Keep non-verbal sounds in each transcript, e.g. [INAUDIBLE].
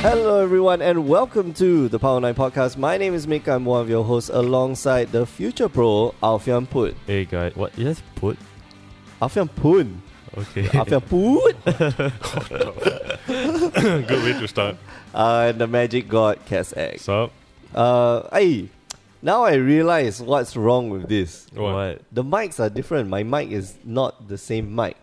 Hello, everyone, and welcome to the Power 9 podcast. My name is Mick. I'm one of your hosts alongside the future pro, Alfian Put. Hey guys, what? You just put? Alfian Pun. Okay. [LAUGHS] Alfian Put. [LAUGHS] Good way to start. Uh, and the magic god, Cas X. So, Uh, hey, now I realize what's wrong with this. what? The mics are different. My mic is not the same mic.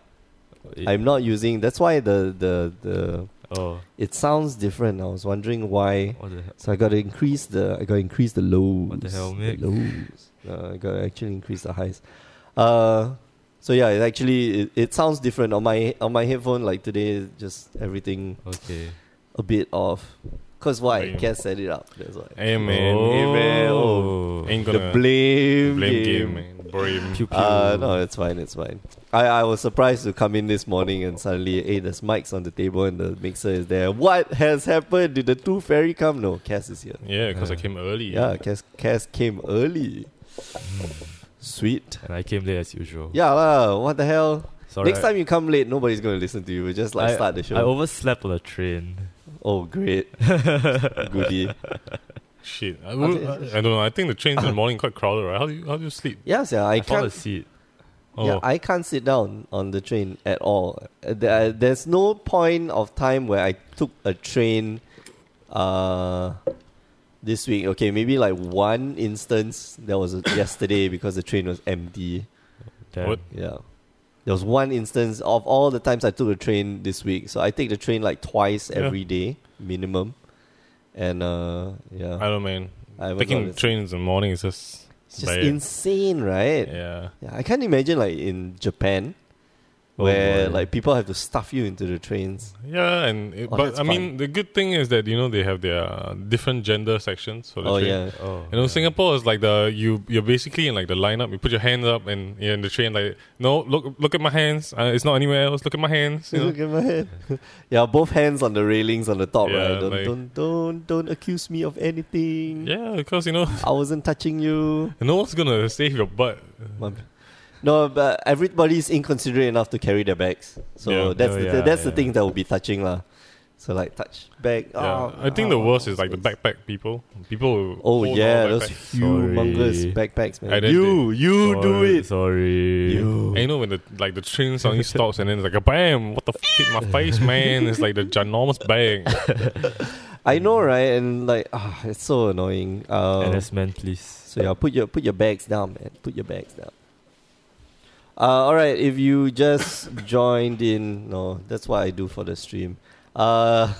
It- I'm not using. That's why the the the oh, it sounds different. I was wondering why. what the hell? So I got to increase the I got to increase the lows. What the hell, Mick? lows. Uh, I got to actually increase the highs. Uh, so yeah, it actually it, it sounds different on my on my headphone. Like today, just everything Okay. a bit off. Cause why? Blame. Can't set it up. That's why. Hey man, Oh. Hey, man, ain't The gonna blame, blame game. game, man. Blame. Pew, pew. Uh, no, it's fine. It's fine. I, I was surprised to come in this morning and suddenly, hey, there's mics on the table and the mixer is there. What has happened? Did the two fairy come? No, Cass is here. Yeah, because I Uh, came early. Yeah, Cass, Cass came early. Sweet. and I came late as usual. Yeah, lah. What the hell? Sorry. Next time you come late, nobody's going to listen to you. We'll just like I, start the show. I overslept on the [LAUGHS] train. oh, great. Goody. Shit. I, would, I, I don't know. I think the trains in the morning quite crowded, right? How do you how do you sleep? Yes, yeah, I I found a can't. seat. Oh, Yeah, I can't sit down on the train at all. Uh, there- There's no point of time where I took a train uh, this week. Okay, maybe like one instance. There was a, yesterday because the train was empty. Damn. What? Yeah. There was one instance of all the times I took a train this week. So I take the train like twice Yeah. every day minimum. And uh, I yeah, don't know, man. I was Taking not- trains in the morning is just it's just bad. insane, right? Yeah. Yeah, I can't imagine like in Japan, Oh, where boy. like people have to stuff you into the trains. Yeah, and it, Oh, but that's I mean, the good thing is that you know they have their uh, different gender sections for the Oh train. [LAUGHS] yeah, [LAUGHS] Oh. You know, Singapore is like the you you're basically in like the lineup. You put your hands up and you're in the train like no look look at my hands. Uh, it's not anywhere else. Look at my hands. You know? look at my hand. [LAUGHS] yeah, both hands on the railings on the top, Yeah, right? Don't, like- don't don't don't accuse me of anything. yeah, because you know I wasn't touching you. no one's gonna save your butt. My- No, but everybody's inconsiderate enough to carry their bags. So Yeah. that's Oh, the, yeah, that's the yeah. thing that will be touching lah. So like touch bag. Yeah, oh, I think the oh, worst is like the space. backpack people. People. who Oh hold yeah, all those backpacks. humongous Sorry. backpacks, man. I didn't You you sorry, do it. Sorry. You. And you know when the like the train [LAUGHS] suddenly stops and then it's like a bam, what the f hit my face, man? It's like the ginormous bag. I know, right? And like, ah, it's so annoying. Um, NS man, please. so yeah, put your put your bags down, man. Put your bags down. Uh, all right. If you just [LAUGHS] joined in, no, that's what I do for the stream. Uh,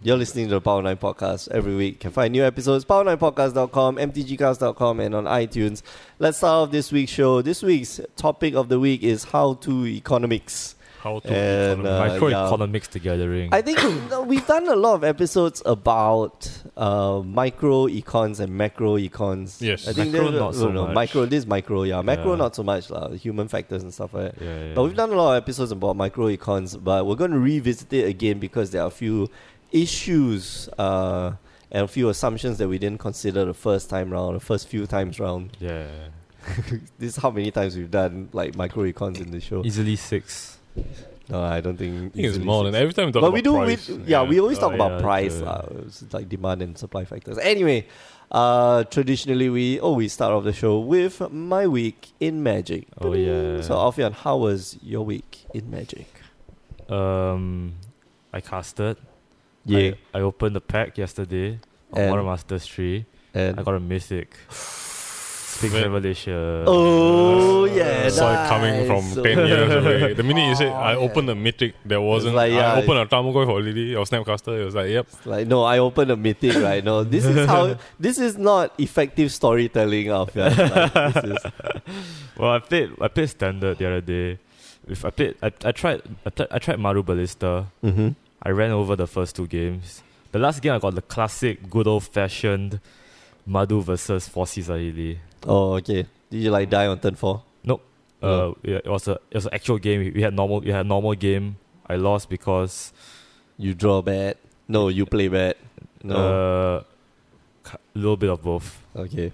you're listening to the Power Nine Podcast every week. You can find new episodes power9podcast.com, mtgcast.com, and on iTunes. Let's start off this week's show. This week's topic of the week is how to economics. How to And, economize. uh, Microeconomics the gathering. I think [COUGHS] no, we've done a lot of episodes about uh, micro econs and macro econs. Yes. I think Macro there's a- not so no, no, much. Micro, this is micro, yeah. Macro Yeah. not so much, lah. Human factors and stuff like that. yeah, yeah. But we've done a lot of episodes about micro econs, but we're going to revisit it again because there are a few issues uh, and a few assumptions that we didn't consider the first time round, the first few times round. Yeah. this is how many times we've done like micro econs in the show. Easily six. No, I don't think. I think it's easily more than every time we talk but about we do price. we yeah, we always Oh, talk about yeah, price true. lah. It's like demand and supply factors anyway uh traditionally we always start off the show with my week in magic Oh, yeah. so alfian how was your week in magic Um, I casted. I, I opened the pack yesterday on And- Water Masters 3. and I got a mythic. Big Wait. revelation. [LAUGHS] oh [LAUGHS] yeah Saw it coming from nice. [LAUGHS] 10 years away. The minute you said, Oh, I yeah. opened a mythic, there wasn't. like, yeah, I opened a Tamagoi for a lady or Snapcaster. It was like, yep. like no i opened a mythic right now this is how this is not effective storytelling alfian like, this [LAUGHS] is Well, I played. I played standard the other day. If I played, I, I tried. I, tried- I tried Maru Ballista. Mhm. I ran over the first two games. The last game I got the classic, good old fashioned Madu versus Fossey Sahili. oh okay did you like die on turn four Uh, it it was a it was an actual game. We- We had normal. We had normal game. I lost because You draw bad. No, you play bad. a No. uh, ca- little bit of both. okay.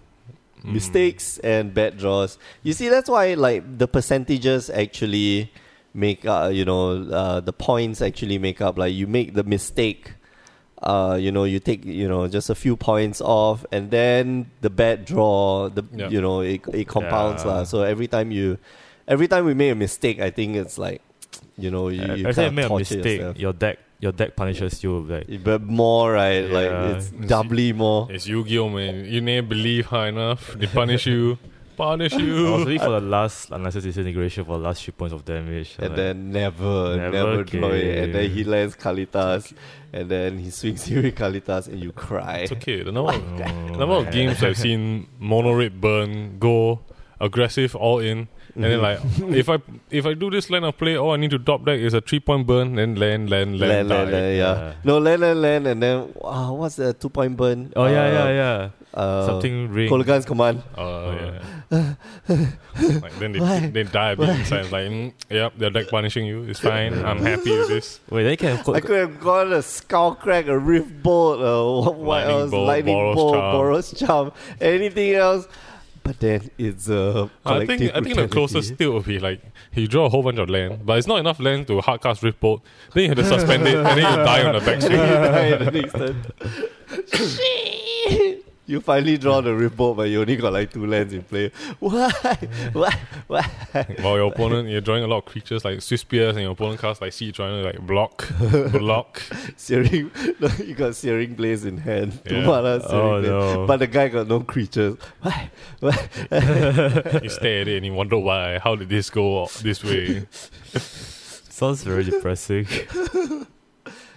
Mm. Mistakes and bad draws. You see, that's why like the percentages actually make uh, you know uh, the points actually make up. Like you make the mistake. uh, you know, you take you know just a few points off, and then the bad draw, the Yeah. you know it it compounds Yeah. lah. So every time you, every time we make a mistake, I think it's like, you know, you, you Every kinda time you Uh, make a torture mistake, yourself. your deck your deck punishes you with, like But more right, Yeah. like it's doubly more. It's Yu-Gi-Oh, man. You never believe high enough. They punish [LAUGHS] you. Punish I was Oh, you. waiting for the last unless it's integration for the last three points of damage. And like, then never, Never never, draw it. And then came. he lands Kalitas, and then he swings [LAUGHS] you with Kalitas, and you cry. It's okay. The number, of, oh, the number of man. games I've seen mono red burn go aggressive all in, and then like Mm-hmm. if I if I do this line of play, all I need to top deck is a three point burn, then land, land, [LAUGHS] land, Land, land, die. land, yeah. Yeah. No, land, land, land, and then wow, what's the two point burn? Oh yeah, yeah, Uh, yeah. Uh, Something ring. Kologan's command. Oh, Oh. yeah. like, then they, Why? they die a bit inside. Like, mm, yep, they're deck punishing you. [LAUGHS] It's fine. I'm happy with this. Wait, then you can I could have gone a skull crack, a rift bolt, a what, what Lightning else? bolt, lightning Boros bolt, charm. Boros charm, anything else. But then it's a I collective think I think the brutality. closest still would be like he draw a whole bunch of land, but it's not enough land to hard cast Rift Bolt. Then you have to suspend it, and then you die on the [LAUGHS] backswing. the next turn. You finally draw the rift bolt, but you only got like two lands in play. Why? Why? Why? While your opponent, you're drawing a lot of creatures like Swiss Spears, and your opponent casts like Sea Trying to [LAUGHS] like block, block. Searing, [LAUGHS] no, you got Searing Blaze in hand. Two Yeah. mana Searing Oh, Blaze. no. But the guy got no creatures. Why? Why? You stare at it and you wonder why. How did this go [LAUGHS] this way? Sounds very depressing. [LAUGHS]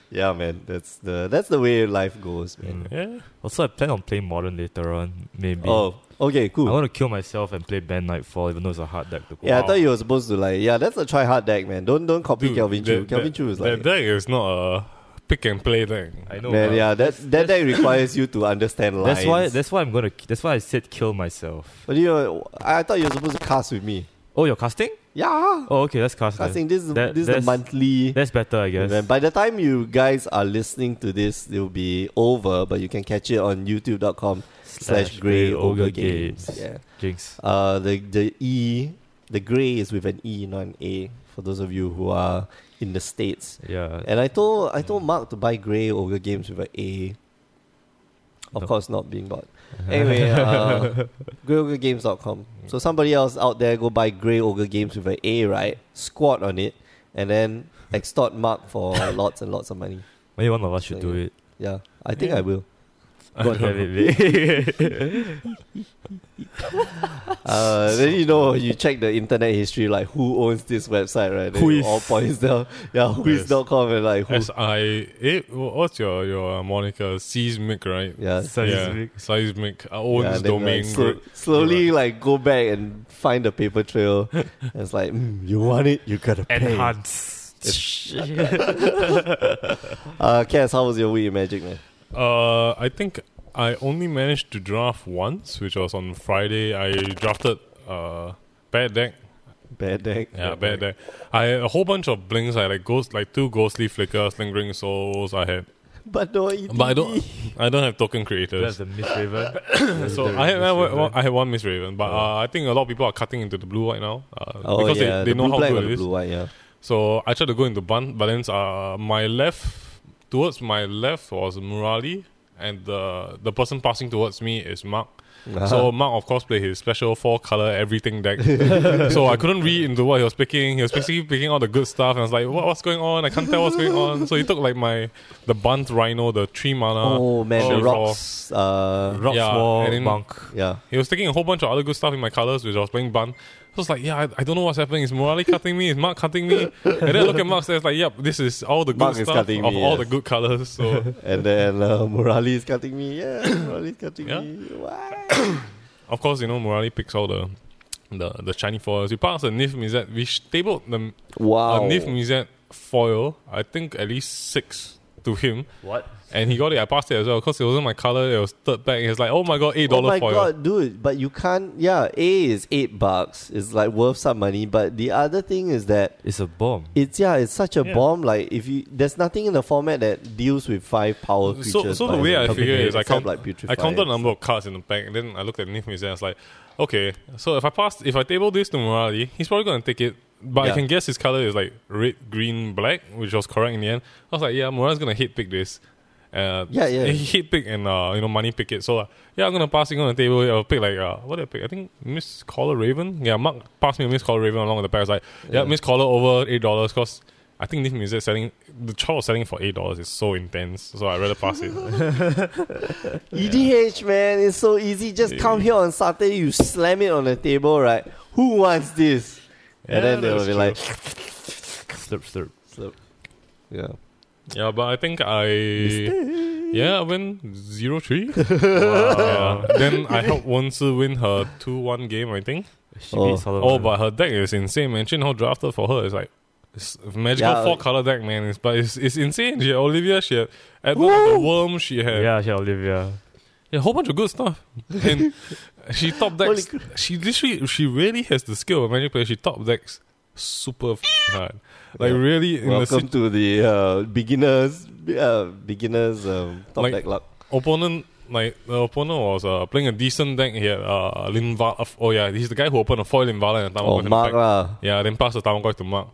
Yeah, man. That's the that's the way life goes, man. Mm. Yeah, Also, I plan on playing modern later on. Maybe. Oh, okay, Mm, I cool. want to kill myself and play Band Nightfall, even though it's a hard deck to go. Yeah, I Wow. thought you were supposed to like. Yeah, that's a try hard deck, man. Don't don't copy Calvin Chu. that- Calvin that- Chu is that like. deck is not a pick and play deck. I know. Man, but yeah, that that deck requires you to understand lines. That's why. That's why I'm gonna. That's why I said kill myself. But you, know, I I thought you were supposed to cast with me. Oh, you're casting? Yeah, Oh, okay, that's casting. casting. This is That- this is the that's- monthly. That's better, I guess. Event. By the time you guys are listening to this, it'll be over. But you can catch it on YouTube.com slash Grey Ogre Games. Yeah. Jinx. Uh, the the E, the Grey is with an E, not an A. For those of you who are in the states, Yeah. And I told I told Mark to buy Grey Ogre games with an A. Of No. course, not being bought. Anyway, uh, greyogames.com. So somebody else out there go buy Grey Ogre games with an A, right? Squat on it, and then extort Mark for lots and lots of money. Maybe one of us should do it. Yeah, I think Yeah. I will. God damn it, mate. [LAUGHS] Uh, then you know you check the internet history, like who owns this website, right? Then Who it is- all points down. Yeah, Yes. whois.com and like who. S I eh, what's your your uh, moniker? Seismic, right? yeah, Seismic. Yeah, seismic. I own Yeah, this then, like, domain sl- group. slowly like go back and find the paper [LAUGHS] trail. And it's like mm, you want it, you gotta pay. Enhance. [LAUGHS] Uh, Cass, how was your week in Magic, man? Uh, I think I only managed to draft once, which was on Friday. I drafted uh bad deck. Bad deck. Yeah, bad deck. I had a whole bunch of blinks. I had like ghost, like two ghostly flickers, lingering souls. I had, But no, ETB. but I don't, [LAUGHS] I don't have token That's creators. the Miss Raven. [COUGHS] So The I had, I, Miss had, Raven. I had one Miss Raven, but uh, I think a lot of people are cutting into the blue right now uh, Oh because yeah, they, they the know blue how black or good the it is. blue white. Yeah. So I tried to go into bun, but then uh, my left towards my left was Murali, and the the person passing towards me is Mark. Uh-huh. So Mark, of course, played his special four color everything [LAUGHS] deck. so I couldn't read into what he was picking. He was basically picking all the good stuff, and I was like, what, "What's going on? I can't tell what's going on." So he took like my the bunt rhino, the three mana. oh man, the Shield rocks. oh. Uh, Rock Yeah, Wall and then- Monk. yeah. He was taking a whole bunch of other good stuff in my colors, which I was playing bun. I was like, yeah, I, I don't know what's happening. Is Morali cutting me? Is Mark cutting me? And then I look at Mark, so it's like, yep, this is all the good Mark is stuff of cutting me, all yes. the good colors. [LAUGHS] So, And then uh, Morali is cutting me. Yeah, [COUGHS] Morali is cutting Yeah. [COUGHS] me. Why? of course, you know, Morali picks all the the, the shiny foils. We passed the Nif Mizet. We sh- tabled the Wow. a Nif Mizet foil, I think at least six to him. What? And he got it. I passed it as well because it wasn't my color. It was third back. He was like, oh my god, $8 Oh my foil. god, dude! But you can't. Yeah, A is eight bucks. It's like worth some money. But the other thing is that It's a bomb. It's yeah, it's such a Yeah. bomb. Like if you, there's nothing in the format that deals with five power creatures. So, so the by way I except figure is I count, like I counted the Putrefy. number of cards in the pack, and then I looked at Nif Mizan and I was like, okay, so if I pass, if I table this to Morali, he's probably going to take it. But Yeah. I can guess his color is like red, green, black, which was correct in the end. I was like, yeah, Morali's going to hate pick this. Uh, Yeah, yeah. [LAUGHS] He hit pick and uh, you know money pick it. So uh, yeah, I'm gonna pass it on the table. I'll pick like uh, what did I pick? I think Miss Caller Raven. Yeah, Mark passed me a Miss Caller Raven along with the pack. I was like, yeah, Yeah. Miss Caller over eight dollars because I think this music selling the child selling for eight dollars is so intense. So I rather [LAUGHS] pass it. EDH, E man, it's so easy. Just come here on Saturday, you slam it on the table, right? Who wants this? Yeah, and then they'll that's be like, Slurp, slurp. so, yeah. yeah, but I think I yeah I win zero three. [LAUGHS] Wow. Yeah. Then I helped Wensi win her two one game. I think. She Oh. beat Solomon. Oh, but her deck is insane, man. Chin Ho drafted for her. It's like it's a magical Yeah. four color deck, man. It's, but it's, it's insane. She had Olivia, she had Edward the Worm, she had yeah, she had Olivia. a whole bunch of good [LAUGHS] stuff. And she top Holy decks. She literally, she really has the skill of a magic player. She top decks super f- hard. Like Yeah. really in the Welcome sit- to the uh, beginners, uh, beginners um, top Like- deck luck. opponent. Like the opponent was uh, playing a decent deck. He had uh, Linval. Oh yeah, he's the guy who opened a foil Linvala and a Tamago Oh, in the Mark pack. lah. Yeah, then pass the Tamagoy to Mark.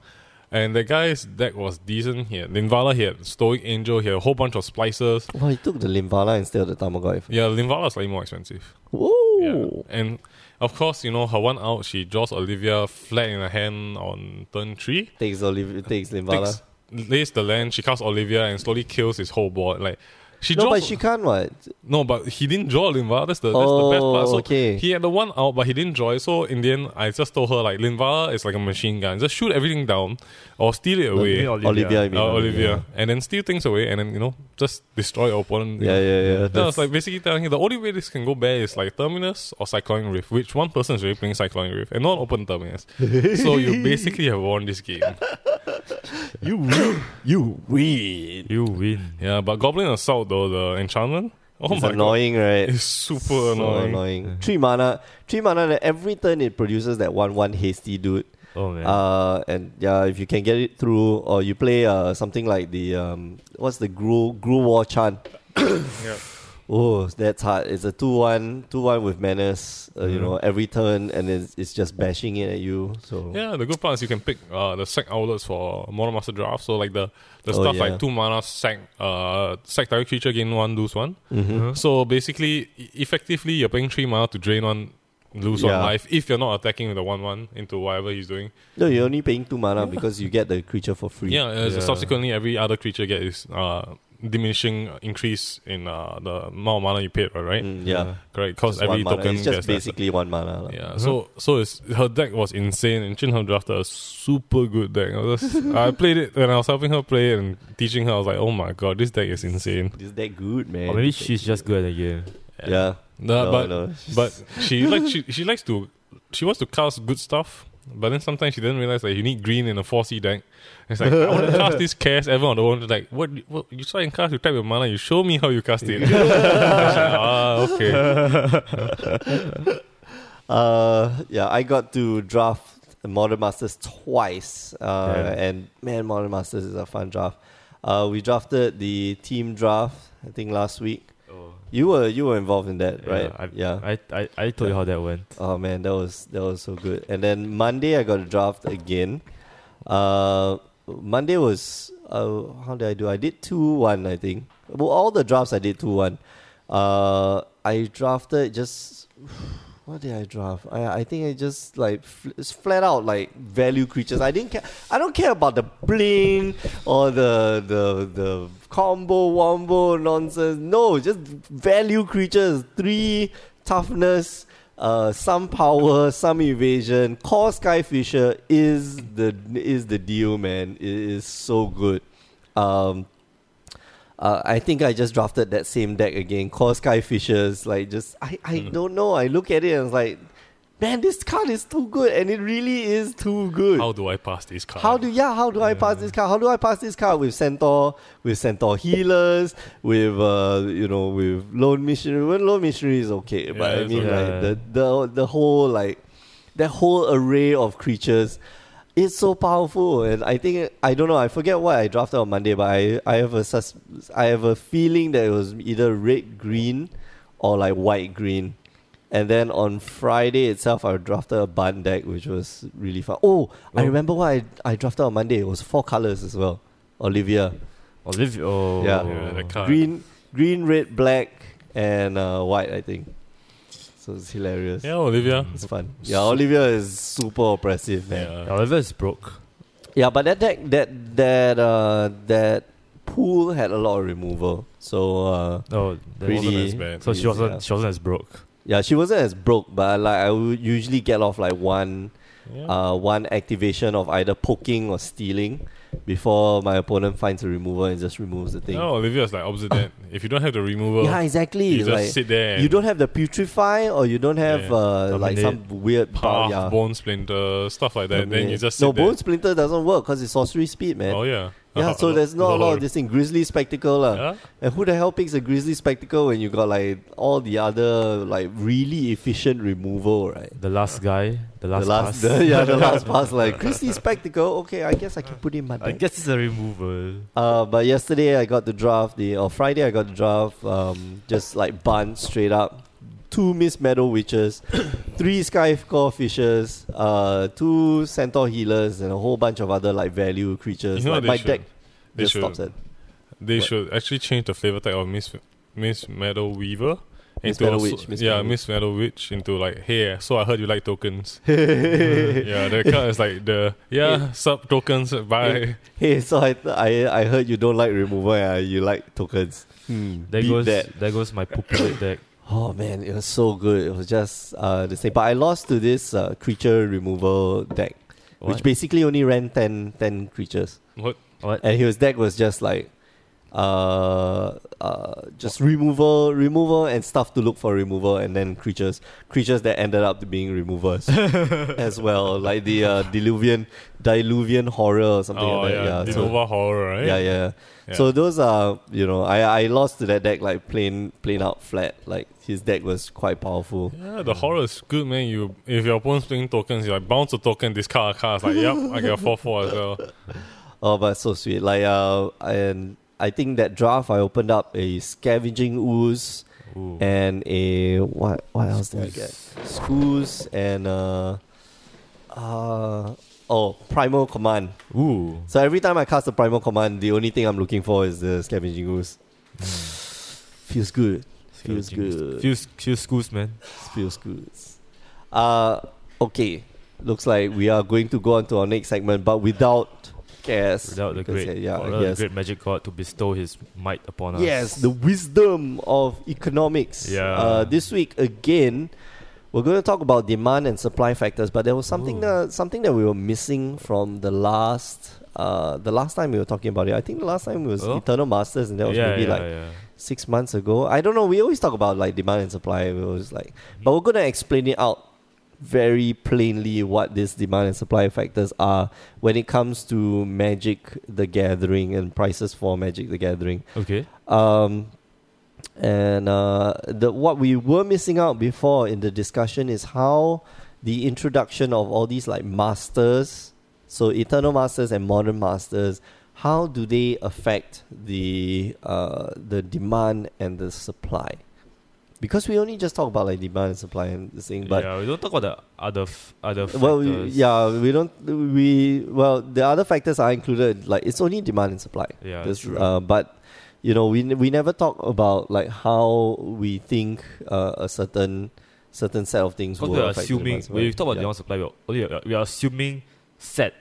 And the guy's deck was decent here. Linvala, he had Stoic Angel, he had a whole bunch of splicers. Well, he took the Limbala instead of the Tamagoy. Yeah, Linvala slightly more expensive. Yeah. Whoa! And of course, you know, her one out, she draws Olivia flat in her hand on turn three. Takes Oliv- takes Limbala. Takes, lays the land, she casts Olivia and slowly kills his whole board. Like she no, draws but she can't. What? No, but he didn't draw Linvala. That's the that's Oh, the best part. So okay. he had the one out, but he didn't draw it. So in the end, I just told her like Linvala is like a machine gun. Just shoot everything down, or steal it you away. mean Olivia. Olivia, I mean. Uh, Olivia, and then steal things away, and then you know just destroy your opponent. Yeah, yeah, yeah. That That's- was like basically telling you the only way this can go bad is like Terminus or Cyclonic Rift, which one person is really playing Cyclonic Rift and not [LAUGHS] open Terminus. so you basically have won this game. you win. you win. You win. Yeah, but Goblin Assault though the enchantment, oh it's my god, annoying, right? it's super so annoying. Three mana, three mana. That every turn it produces that one one hasty dude. Oh man. Uh, and yeah, if you can get it through, or you play uh something like the um, what's the Gru Gru War Chan? [COUGHS] Yeah. Oh, that's hard. It's a 2-1, 2-1 with menace. Uh, Mm-hmm. You know, every turn, and it's, it's just bashing it at you. So Yeah, the good part is you can pick uh, the sack outlets for Mono Master Draft. So like the, the Oh, stuff yeah. like two mana sack uh sack target creature gain one lose one. Mhm. So basically, e- effectively you're paying three mana to drain one, lose one Yeah. life if you're not attacking with the one one into whatever he's doing. no, you're only paying two mana because you get the creature for free. Yeah, uh, so Yeah. subsequently every other creature gets uh diminishing increase in uh, the amount of mana you paid, right? Mm, yeah. Correct, because Just one every mana. token It's gets just less. basically one mana. lah. Yeah, so so it's, her deck was insane, and Chin Ho drafted a super good deck. I, was just- [LAUGHS] I played it when I was helping her play it and teaching her. I was like, oh my god, this deck is insane. Is that good, man? or Oh, maybe Is that she's just good at the game. good? yeah. Nah, No, Uh, but no. but she like she, she likes to she wants to cast good stuff, but then sometimes she doesn't realize that you need green in a four C deck. It's like I want to cast [LAUGHS] this cast ever on the one. Like what, what you try and cast, you type your mana, you show me how you cast [LAUGHS] it. [LAUGHS] ah, okay. Uh, yeah, I got to draft Modern Masters twice. Uh, Yeah. And man, Modern Masters is a fun draft. Uh, we drafted the team draft, I think last week. You were you were involved in that, right? I, yeah. I, I, I told you how that went. oh man, that was that was so good. And then Monday I got to draft again. Uh, Monday was uh, how did I do? I did two one, I think. Well, all the drafts I did two one. Uh, I drafted just what did I draft? I I think I just like fl- it's flat out like value creatures. I didn't care. I don't care about the bling or the the the combo wombo nonsense. No, just value creatures. Three toughness, uh, some power, some evasion. Core Skyfisher is the is the deal, man. It is so good. Um, uh, I think I just drafted that same deck again. Core Sky Fishers, like just I, I don't know. I look at it and it's like, man, this card is too good, and it really is too good. How do I pass this card? How do yeah? How do I pass this card? How do I pass this card with centaur, with centaur healers, with uh you know with lone missionary? Well, lone missionary is okay, but I it's mean okay. like Yeah. the the the whole like that whole array of creatures, it's so powerful. And I think I don't know. I forget what I drafted on Monday, but I I have a sus I have a feeling that it was either red green or like white green. And then on Friday itself, I drafted a bun deck, which was really fun. Oh, I Oh. remember what I, I drafted on Monday. It was four colors as well. Olivia. Olive. Oh, Yeah. Yeah, that card. Green, green, red, black, and uh, white. I think. So it's hilarious. Yeah, Olivia. It's fun. Yeah, Olivia is super oppressive, man. Yeah. Oliver is broke. Yeah, but that deck that that uh that pool had a lot of removal. So uh Oh, that Pretty- Wasn't as bad. So she Yeah. wasn't. She wasn't as broke. yeah, she wasn't as broke, but like I would usually get off like one Yeah. uh one activation of either poking or stealing before my opponent finds a removal and just removes the thing. No, Olivia's like opposite that. If you don't have the removal, yeah, exactly. you just like, sit there. And you don't have the putrefy or you don't have Yeah. uh, like some Dominate. weird path, power. Yeah. bone splinter, stuff like that. Then you Dominate. just sit no there. bone splinter doesn't work because it's sorcery speed, man. Oh yeah. yeah, so there's not a lot of this thing. Grizzly spectacle, lah. Yeah? And who the hell picks a grizzly spectacle when you got like all the other like really efficient removal, right? The last guy. The last. the last, pass. the- [LAUGHS] yeah, the last pass like grizzly spectacle. Okay, I guess I can put in my [LAUGHS] I deck. guess it's a removal. Uh, but yesterday I got to draft the or Friday I got to draft um just like bun straight up, two Miss Meadow witches, [COUGHS] three Skycore fishes, uh, two centaur healers, and a whole bunch of other like value creatures. You know like, they my should- deck they just should- stops at They What? should actually change the flavor type of Miss Miss Meadow Weaver. Miss into a Meadow so- Witch, Miss yeah, Meadow Miss Meadow Witch into like, hey, so I heard you [LAUGHS] like tokens. yeah, the card is like the yeah sub tokens. Bye. Hey, so I, th- I I heard you don't like removal. Uh, you like tokens. Hmm, There beat goes. that. There goes my popular deck. Oh man, it was so good. It was just uh the same. But I lost to this uh, creature removal deck, What? which basically only ran 10, 10 creatures, What? what? and his deck was just like. Uh, uh, just removal, removal, and stuff to look for removal, and then creatures, creatures that ended up being [LAUGHS] removers as well, like the uh, diluvian, diluvian horror or something oh like that. yeah, Yeah, yeah so- horror, right? yeah, yeah, Yeah. So those are you know I I lost to that deck like plain plain out flat. Like his deck was quite powerful. Yeah, the horror is good, man. You if your opponent's playing tokens, you like bounce a token, discard a card. It's like, yep, I got four four as well. Oh, but so sweet. Like uh and I think that draft I opened up a scavenging ooze Ooh. and a what what else did I get? Screws and uh uh oh primal command. Ooh. So every time I cast a primal command, the only thing I'm looking for is the scavenging ooze. Hmm. Feels good. Feels good. Feels feels schools, man. Feels good. Uh, okay. Looks like we are going to go on to our next segment, but without Cass. Without the Because, great, yeah, without yes. the great magic god to bestow his might upon us. yes, the wisdom of economics. Yeah. Uh, this week again, we're going to talk about demand and supply factors, but there was something Ooh. that something that we were missing from the last. Uh, the last time we were talking about it, I think the last time it was Oh? Eternal Masters, and that was yeah, maybe yeah, like yeah. six months ago. I don't know. We always talk about like demand and supply. We always like, but we're gonna explain it out very plainly what these demand and supply factors are when it comes to Magic the Gathering and prices for Magic the Gathering. Okay. Um, and uh, the what we were missing out before in the discussion is how the introduction of all these like masters, so eternal masters and modern masters, how do they affect the uh, the demand and the supply? Because we only just talk about like demand and supply and this thing, but yeah, we don't talk about the other f- other. well, we, factors. yeah, we don't we well the other factors are included. Like it's only demand and supply. Yeah, This, true. uh, but you know, we n- we never talk about like how we think uh, a certain certain set of things Because will we're affect assuming demand when we talk about demand supply, we're, only- uh, we are assuming set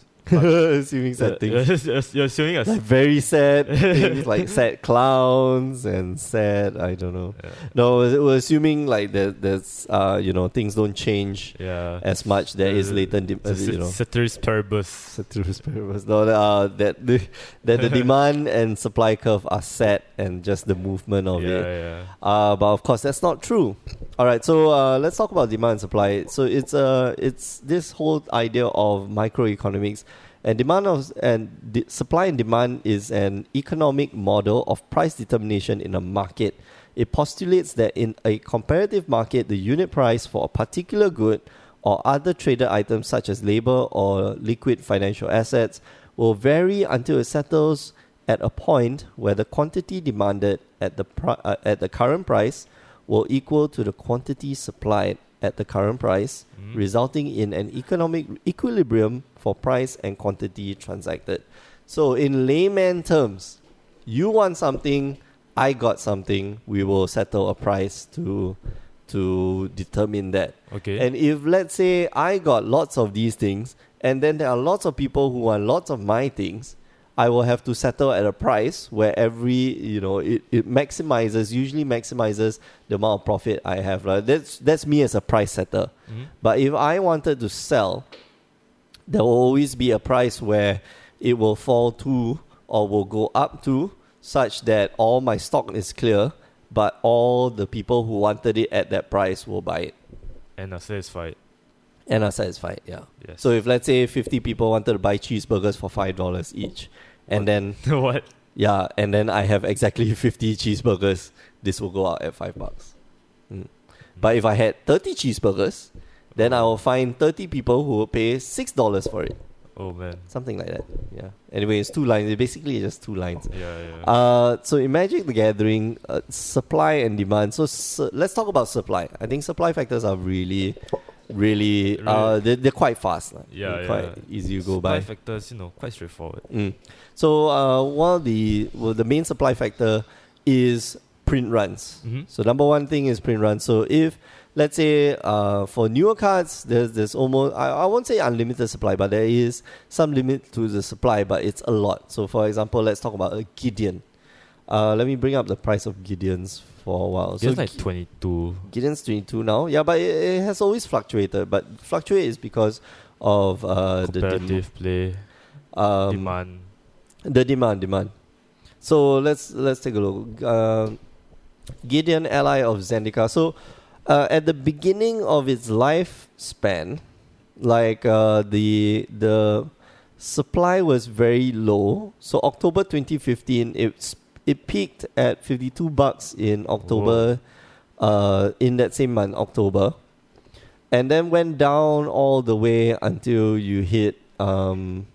yeah. But- [LAUGHS] assuming sad [LAUGHS] things. You're [LAUGHS] assuming a Like very sad things, like sad clowns and sad. I don't know. yeah. No, we're we're assuming like that. That's uh, you know, things don't change yeah. as much. There is latent, de- uh, It's a [LAUGHS] you know, ceteris paribus. Ceteris paribus. No, uh, that [LAUGHS] the that the demand and supply curve are set, and just the movement Yeah, of it. yeah. Uh, but of course, that's not true. All right, so uh, let's talk about demand and supply. So it's uh, it's this whole idea of microeconomics, and demand of, and de- supply and demand is an economic model of price determination in a market. It postulates that in a comparative market, the unit price for a particular good or other traded items such as labor or liquid financial assets will vary until it settles at a point where the quantity demanded at the pri- uh, at the current price will equal to the quantity supplied at the current price, resulting in an economic equilibrium for price and quantity transacted. So, in layman terms, you want something, I got something. We will settle a price to to determine that. Okay. And if let's say I got lots of these things, and then there are lots of people who want lots of my things, I will have to settle at a price where every you know it, it maximizes usually maximizes the amount of profit I have. Like that's that's me as a price setter. Mhm. But if I wanted to sell, there will always be a price where it will fall to or will go up to such that all my stock is clear, but all the people who wanted it at that price will buy it And I'm satisfied. and are satisfied. Yeah. Yes. So if let's say 50 people wanted to buy cheeseburgers for $5 each, and then, [LAUGHS] what? yeah, and then I have exactly [LAUGHS] 50 cheeseburgers, this will go out at 5 bucks. Mm. But if I had 30 cheeseburgers, then I will find 30 people who will pay $6 for it. Oh man. Something like that. Yeah. Anyway, it's two lines. It's basically just two lines. Yeah, yeah. Uh, so in Magic the Gathering, uh, supply and demand. So su- let's talk about supply. I think supply factors are really, really, uh, Really- they're, they're quite fast. lah. Yeah, They're yeah. quite easy to go Supply by. factors, you know, quite straightforward. Mm. So uh, one of the well, the main supply factor is print runs. Mhm. So number one thing is print runs. So if let's say uh, for newer cards, there's there's almost I, I won't say unlimited supply, but there is some limit to the supply, but it's a lot. So for example, let's talk about a Gideon. Uh, let me bring up the price of Gideons for a while. Just so like 22. Gideon's 22 now. Yeah, but it, it has always fluctuated. But fluctuate is because of uh, the dem- competitive play, um, demand. the demand, demand. So let's let's take a look. Uh, Gideon, ally of Zendikar. So uh, at the beginning of its lifespan, like uh, the the supply was very low. So October 2015, it s- it peaked at 52 bucks in October, uh, in that same month, October, and then went down all the way until you hit um,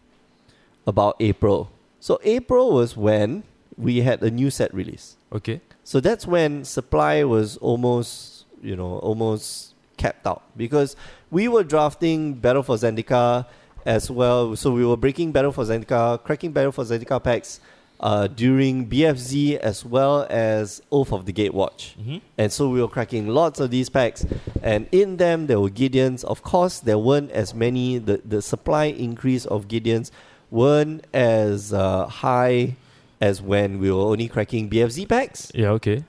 about April. So April was when we had a new set release. Okay. So that's when supply was almost, you know, almost capped out because we were drafting Battle for Zendikar as well. So we were breaking Battle for Zendikar, cracking Battle for Zendikar packs uh, during BFZ as well as Oath of the Gatewatch. Mm-hmm. And so we were cracking lots of these packs, and in them there were Gideons. Of course, there weren't as many. The, the supply increase of Gideons weren't as uh, high as when we were only cracking BFZ packs, Yeah, okay.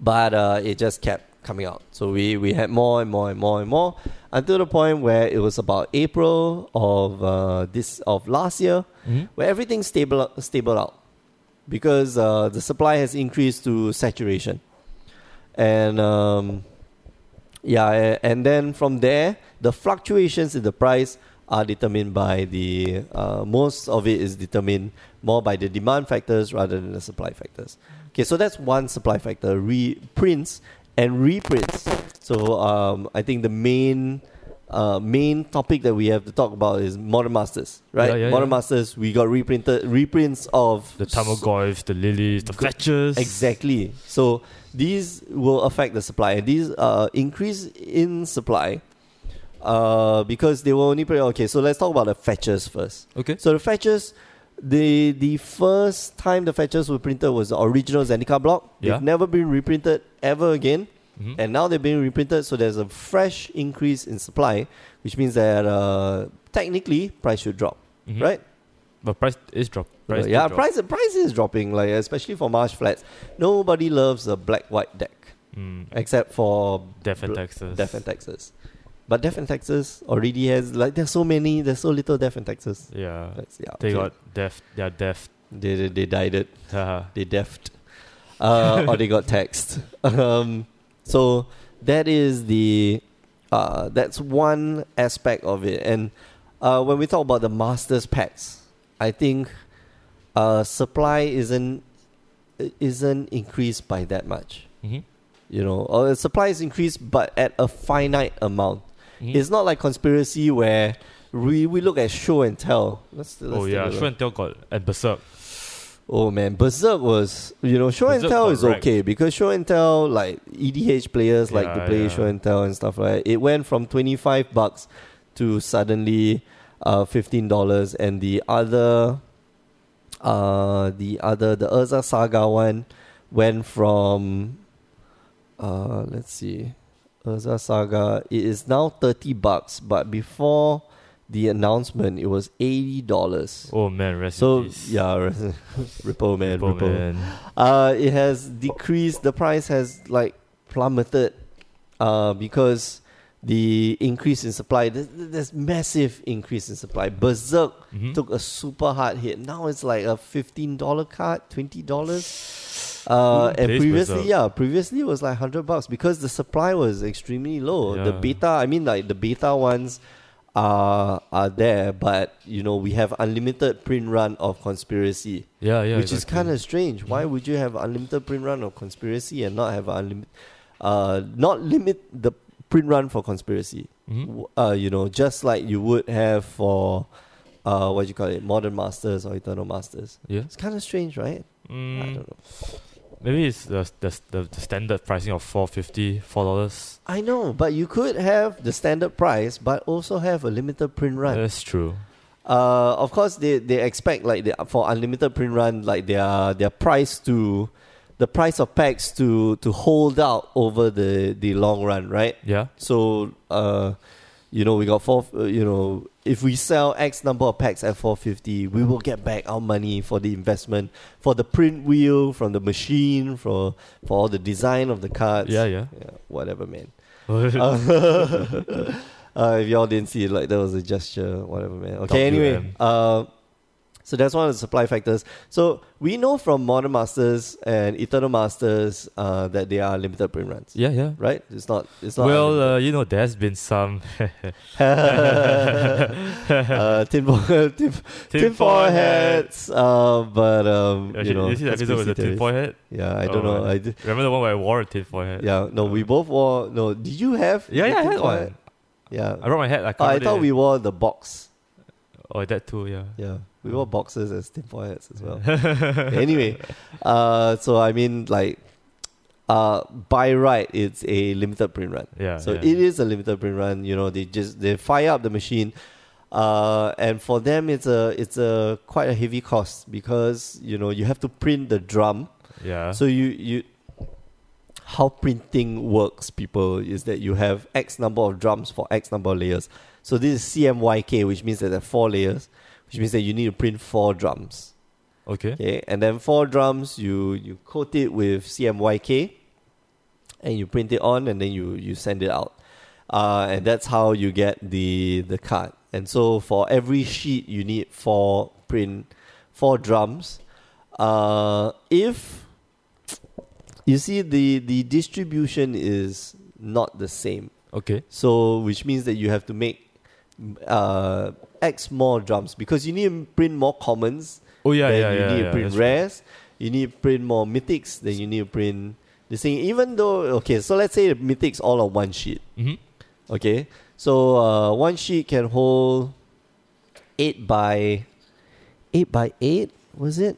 but uh, it just kept coming out. So we, we had more and more and more and more until the point where it was about April of uh, this of last year Mm-hmm. where everything's stable stable out because uh, the supply has increased to saturation, and um, yeah, a- and then from there the fluctuations in the price are determined by the uh, most of it is determined more by the demand factors rather than the supply factors. Okay, so that's one supply factor: reprints and reprints. So um, I think the main uh, main topic that we have to talk about is Modern Masters, right? Yeah, yeah, Modern yeah. Masters. We got reprinted reprints of The Tamagoyfs, the Lilies, the Fletchers. Exactly. So these will affect the supply. And these uh, increase in supply uh, because they were only pretty okay. So let's talk about the fetches first. Okay. So the fetches, the the first time the fetches were printed was the original Zendikar block. Yeah. They've never been reprinted ever again. Mhm. And now they're being reprinted, so there's a fresh increase in supply, which means that uh, technically price should drop, Mhm. right? But price is drop. Price yeah, did drop. price price is dropping, like especially for Marsh flats. Nobody loves a black white deck Mm. except for Def and Bl- Texas. Def and Texas. But Def and Texas already has like there's so many, there's so little Def and Texas. Yeah. That's- yeah, They okay. got def. They are [LAUGHS] def. they they, they died it. Haha. They deft. Uh, or they got text. Um, so that is the uh, that's one aspect of it. And uh, when we talk about the masters packs, I think uh, supply isn't isn't increased by that much. mm-hmm. You know, or supply is increased but at a finite amount. Mm. Mm-hmm. It's not like conspiracy where we, we look at show and tell. Let's, let's oh take a yeah, look. Shu and Teo got and Berserk. Oh man, Berserk was you know show and Berserk tell got is wrecked. okay because show and tell like EDH players like to Yeah, play yeah. show and tell and stuff like that. It went from twenty five bucks to suddenly uh, fifteen dollars, and the other uh, the other the Urza Saga one went from uh, let's see, Urza Saga. It is now thirty bucks, but before the announcement, it was eighty dollars. Oh man, rest So in peace. yeah, [LAUGHS] Ripple man, Poor Ripple. man. Uh, it has decreased. The price has like plummeted, uh, because the increase in supply. There's, there's massive increase in supply. Berserk Mhm. took a super hard hit. Now it's like a fifteen dollar card, twenty dollars. Uh, and Place previously, Berserk. yeah, previously it was like hundred bucks because the supply was extremely low. The Yeah. beta, I mean, like the beta ones are are there, but you know we have unlimited print run of conspiracy, Yeah, yeah. which is exactly. Hmm. kind of strange. Why would you have unlimited print run of conspiracy and not have unlimited, uh, not limit the print run for conspiracy? Mhm. w- uh, you know, just like you would have for uh, what do you call it, modern masters or eternal masters. Yeah. It's kind of strange, right? I Mm, don't know. maybe it's the, the, the, the standard pricing of four fifty, four dollars. I know, but you could have the standard price, but also have a limited print run. That's true. Uh, of course, they, they expect like the, for unlimited print run, like their their price to the price of packs to to hold out over the the long run, right? Yeah. So, uh, you know, we got four. Uh, you know, if we sell X number of packs at four fifty, we will get back our money for the investment, for the print wheel, from the machine, for for all the design of the cards. Yeah, [LAUGHS] yeah. yeah whatever, [LAUGHS] man. Uh, [LAUGHS] uh, if y'all didn't see it, like that was a gesture, whatever, man. Okay, anyway, WM. uh, so that's one of the supply factors. So we know from Modern Masters and Eternal Masters uh, that they are limited print runs, yeah, yeah. right? It's not. It's not. Well, uh, you know, there's been some [LAUGHS] uh, tin [LAUGHS] foil, tin, tin foil hats. Uh, but um, Yeah, you know, you see that episode with the conspiracy tin foil theories. hat? Yeah, I don't Oh, know. right. I did, Remember the one where I wore a tin foil hat? yeah, no, we both wore. No, did you have? Yeah, the yeah, I tin had foil one. hat? Yeah, I brought my hat. I, Oh, I covered thought it. we wore the box. Oh, that too, yeah. Yeah, we Oh. wore boxes as tin foil hats as [LAUGHS] well. anyway, uh, so I mean, like, uh, by right, it's a limited print run. Yeah. So yeah. it is a limited print run. You know, they just they fire up the machine, uh, and for them it's a it's a quite a heavy cost because you know you have to print the drum. Yeah. So you you how printing works, people, is that you have X number of drums for X number of layers. So this is CMYK, which means that there are four layers, which means that you need to print four drums. okay. Okay, and then four drums, you you coat it with CMYK, and you print it on, and then you you send it out, uh, and that's how you get the the card. And so for every sheet, you need four print four drums. Uh, if you see the the distribution is not the same, Okay. so which means that you have to make uh, X more drums because you need to print more commons Oh yeah, then yeah, you yeah. need yeah, to print that's rares. You need to print more mythics. Then you need to print this thing. Even though okay, so let's say the mythics all on one sheet. true. Mhm. Okay, so uh, one sheet can hold eight by eight by eight. Was it?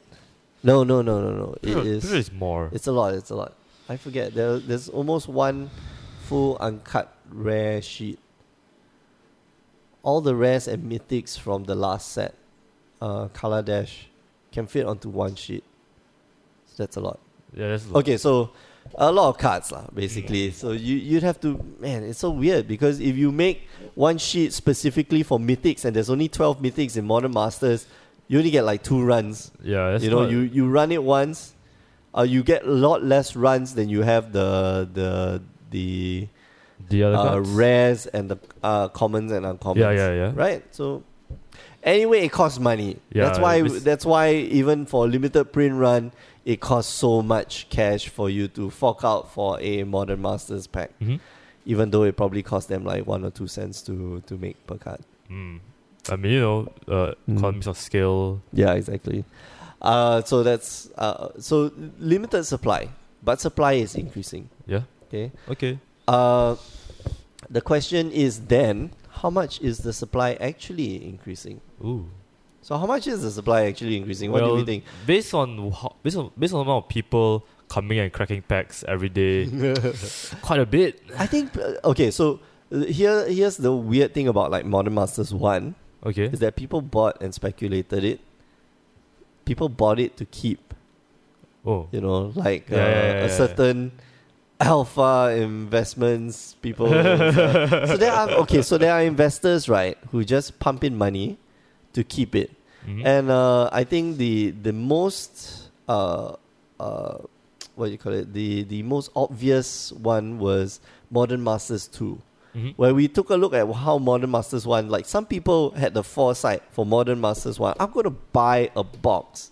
No, no, no, no, no. It Pretty- is. pretty is more. It's a lot. It's a lot. I forget. There, there's almost one full uncut rare sheet. All the rares and mythics from the last set, uh, Color Dash, can fit onto one sheet. So that's a lot. yeah, that's a lot. Okay, so a lot of cards, lah, basically. So you, you'd have to, man, it's so weird because if you make one sheet specifically for mythics and there's only 12 mythics in Modern Masters, you only get like two runs Yeah, that's you know, not- you, you run it once, uh, you get a lot less runs than you have the the the the other uh, cards? rares and the uh, commons and uncommons. Yeah, yeah, yeah. Right. So anyway, it costs money. Yeah, that's why it's- that's why even for a limited print run, it costs so much cash for you to fork out for a modern masters pack. Mhm. Even though it probably cost them like one or two cents to to make per card. Mm. I mean, you know, uh, Mm. economies of scale. Yeah, exactly. Uh, so that's uh, so limited supply, but supply is increasing. Yeah. Okay. Okay. Uh, the question is then, how much is the supply actually increasing? Ooh. So how much is the supply actually increasing? What do we think? Based on how, based on based on the amount of people coming and cracking packs every [LAUGHS] day, quite a bit. I think uh, okay. So uh, here, here's the weird thing about like Modern Masters One Okay. is that people bought and speculated it, people bought it to keep. Oh, You know, like Yeah, uh, yeah, yeah, a yeah. certain alpha investments [LAUGHS] people. so there are okay. So there are investors, right, who just pump in money to keep it. mhm. And uh, I think the the most uh, uh, what do you call it the the most obvious one was Modern Masters Two, Mhm. where we took a look at how Modern Masters One. Like some people had the foresight for Modern Masters One. I'm going to buy a box,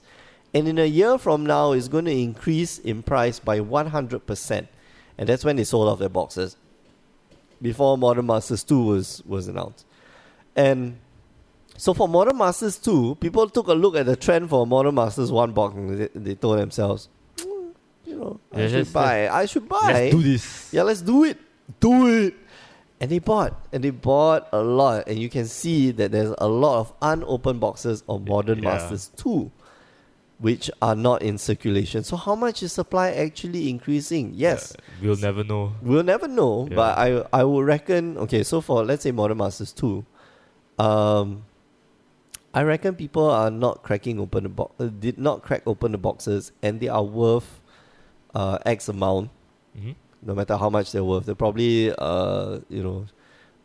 and in a year from now, it's going to increase in price by 100 percent, and that's when they sold off their boxes. Before Modern Masters Two was was announced, and so for Modern Masters 2, people took a look at the trend for Modern Masters 1 box and they, they told themselves, "Mm, you know, I Yeah, should let's- buy. I should buy. Let's do this. Yeah, let's do it. Do it. And they bought. And they bought a lot. And you can see that there's a lot of unopened boxes of Modern Yeah. Masters 2, which are not in circulation. So how much is supply actually increasing? Yes. Uh, we'll never know. We'll never know, Yeah. but I I would reckon okay, so for let's say Modern Masters 2, um I reckon people are not cracking open the box uh, did not crack open the boxes and they are worth uh X amount, Mhm. no matter how much they're worth. They're probably uh you know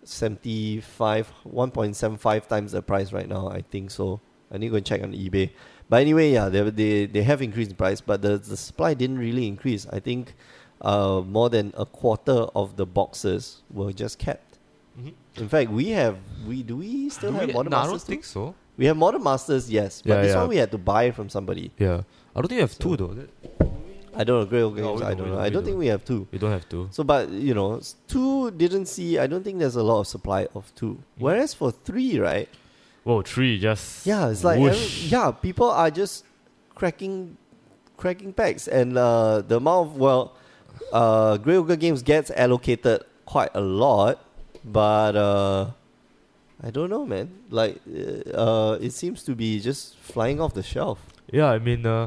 seventy five one point seven five times the price right now, I think so. I need to go and check on eBay. But anyway, yeah, they they, they have increased in price, but the, the supply didn't really increase. I think uh, more than a quarter of the boxes were just kept. Mhm. In fact, we have we do we still Do have we- modern no, I masters? don't too? think so. We have modern masters, yes, but Yeah, this yeah. one we had to buy from somebody. Yeah, I don't think you have So- two though. That- I don't know, Grail No, Games. we I don't don't, we know. don't, I we don't think don't. we have two. You don't have two. So, but you know, s- two didn't see. I don't think there's a lot of supply of two. Whereas for three, right? Whoa, three just. Yeah, it's like whoosh. every- yeah, people are just cracking cracking packs and uh, the amount of well uh Grey Ogre Games gets allocated quite a lot, but uh I don't know man. Like uh it seems to be just flying off the shelf. Yeah, I mean, uh,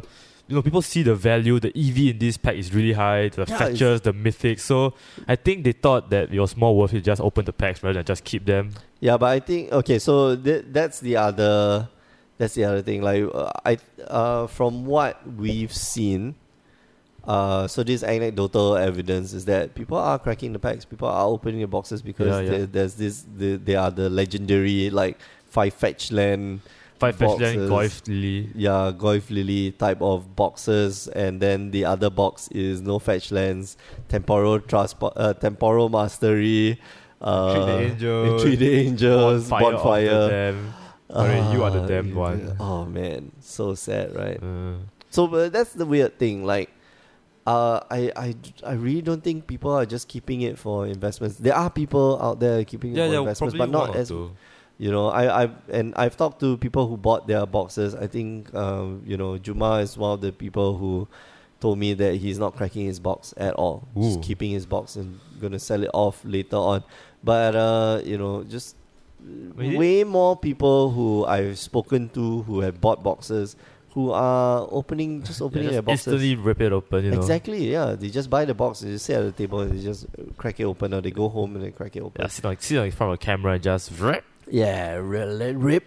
you know, people see the value. The EV in this pack is really high. The Yeah, it's- fetchers, the mythics. So I think they thought that it was more worth it just open the packs rather than just keep them. Yeah, but I think okay. So th- that's the other, that's the other thing. Like uh, I, uh, from what we've seen, uh, so this anecdotal evidence is that people are cracking the packs. People are opening the boxes because Yeah, yeah. There, there's this. The, they are the legendary like five fetch land, Five Boxes. fetchland, Goif, Lily. yeah, Goif Lily type of boxes, and then the other box is no fetch lands, temporal transport, uh, temporal mastery. Treat the Uh, Angels, Treat the Angels, Bonfire of the bonfire Dam. Sorry, you are the damned you- one. Oh man, so sad, right? Uh, So but that's the weird thing. Like, uh, I, I, I really don't think people are just keeping it for investments. There are people out there keeping it yeah, for yeah, investments, but probably not one or as two. you know. I, I, and I've talked to people who bought their boxes. I think, um, you know, Juma is one of the people who told me that he's not cracking his box at all. Ooh. Just keeping his box and gonna sell it off later on. But uh, you know, just Wait, way more people who I've spoken to who have bought boxes who are opening just [LAUGHS] Yeah, opening just their boxes. instantly rip it open. You know. Exactly, yeah. They just buy the box, they just sit at the table and they just crack it open or they go home and they crack it Yeah, open. sit like sit like in front of a camera and just rip. Yeah, rip rip.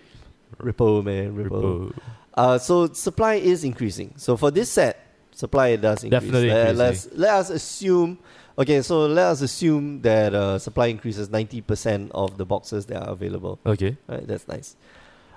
Ripple man, ripple. rip. Uh so supply is increasing. So for this set, supply does increase. Definitely let, let's let us assume okay, so let us assume that uh, supply increases ninety percent of the boxes that are available. Okay. Right, that's nice.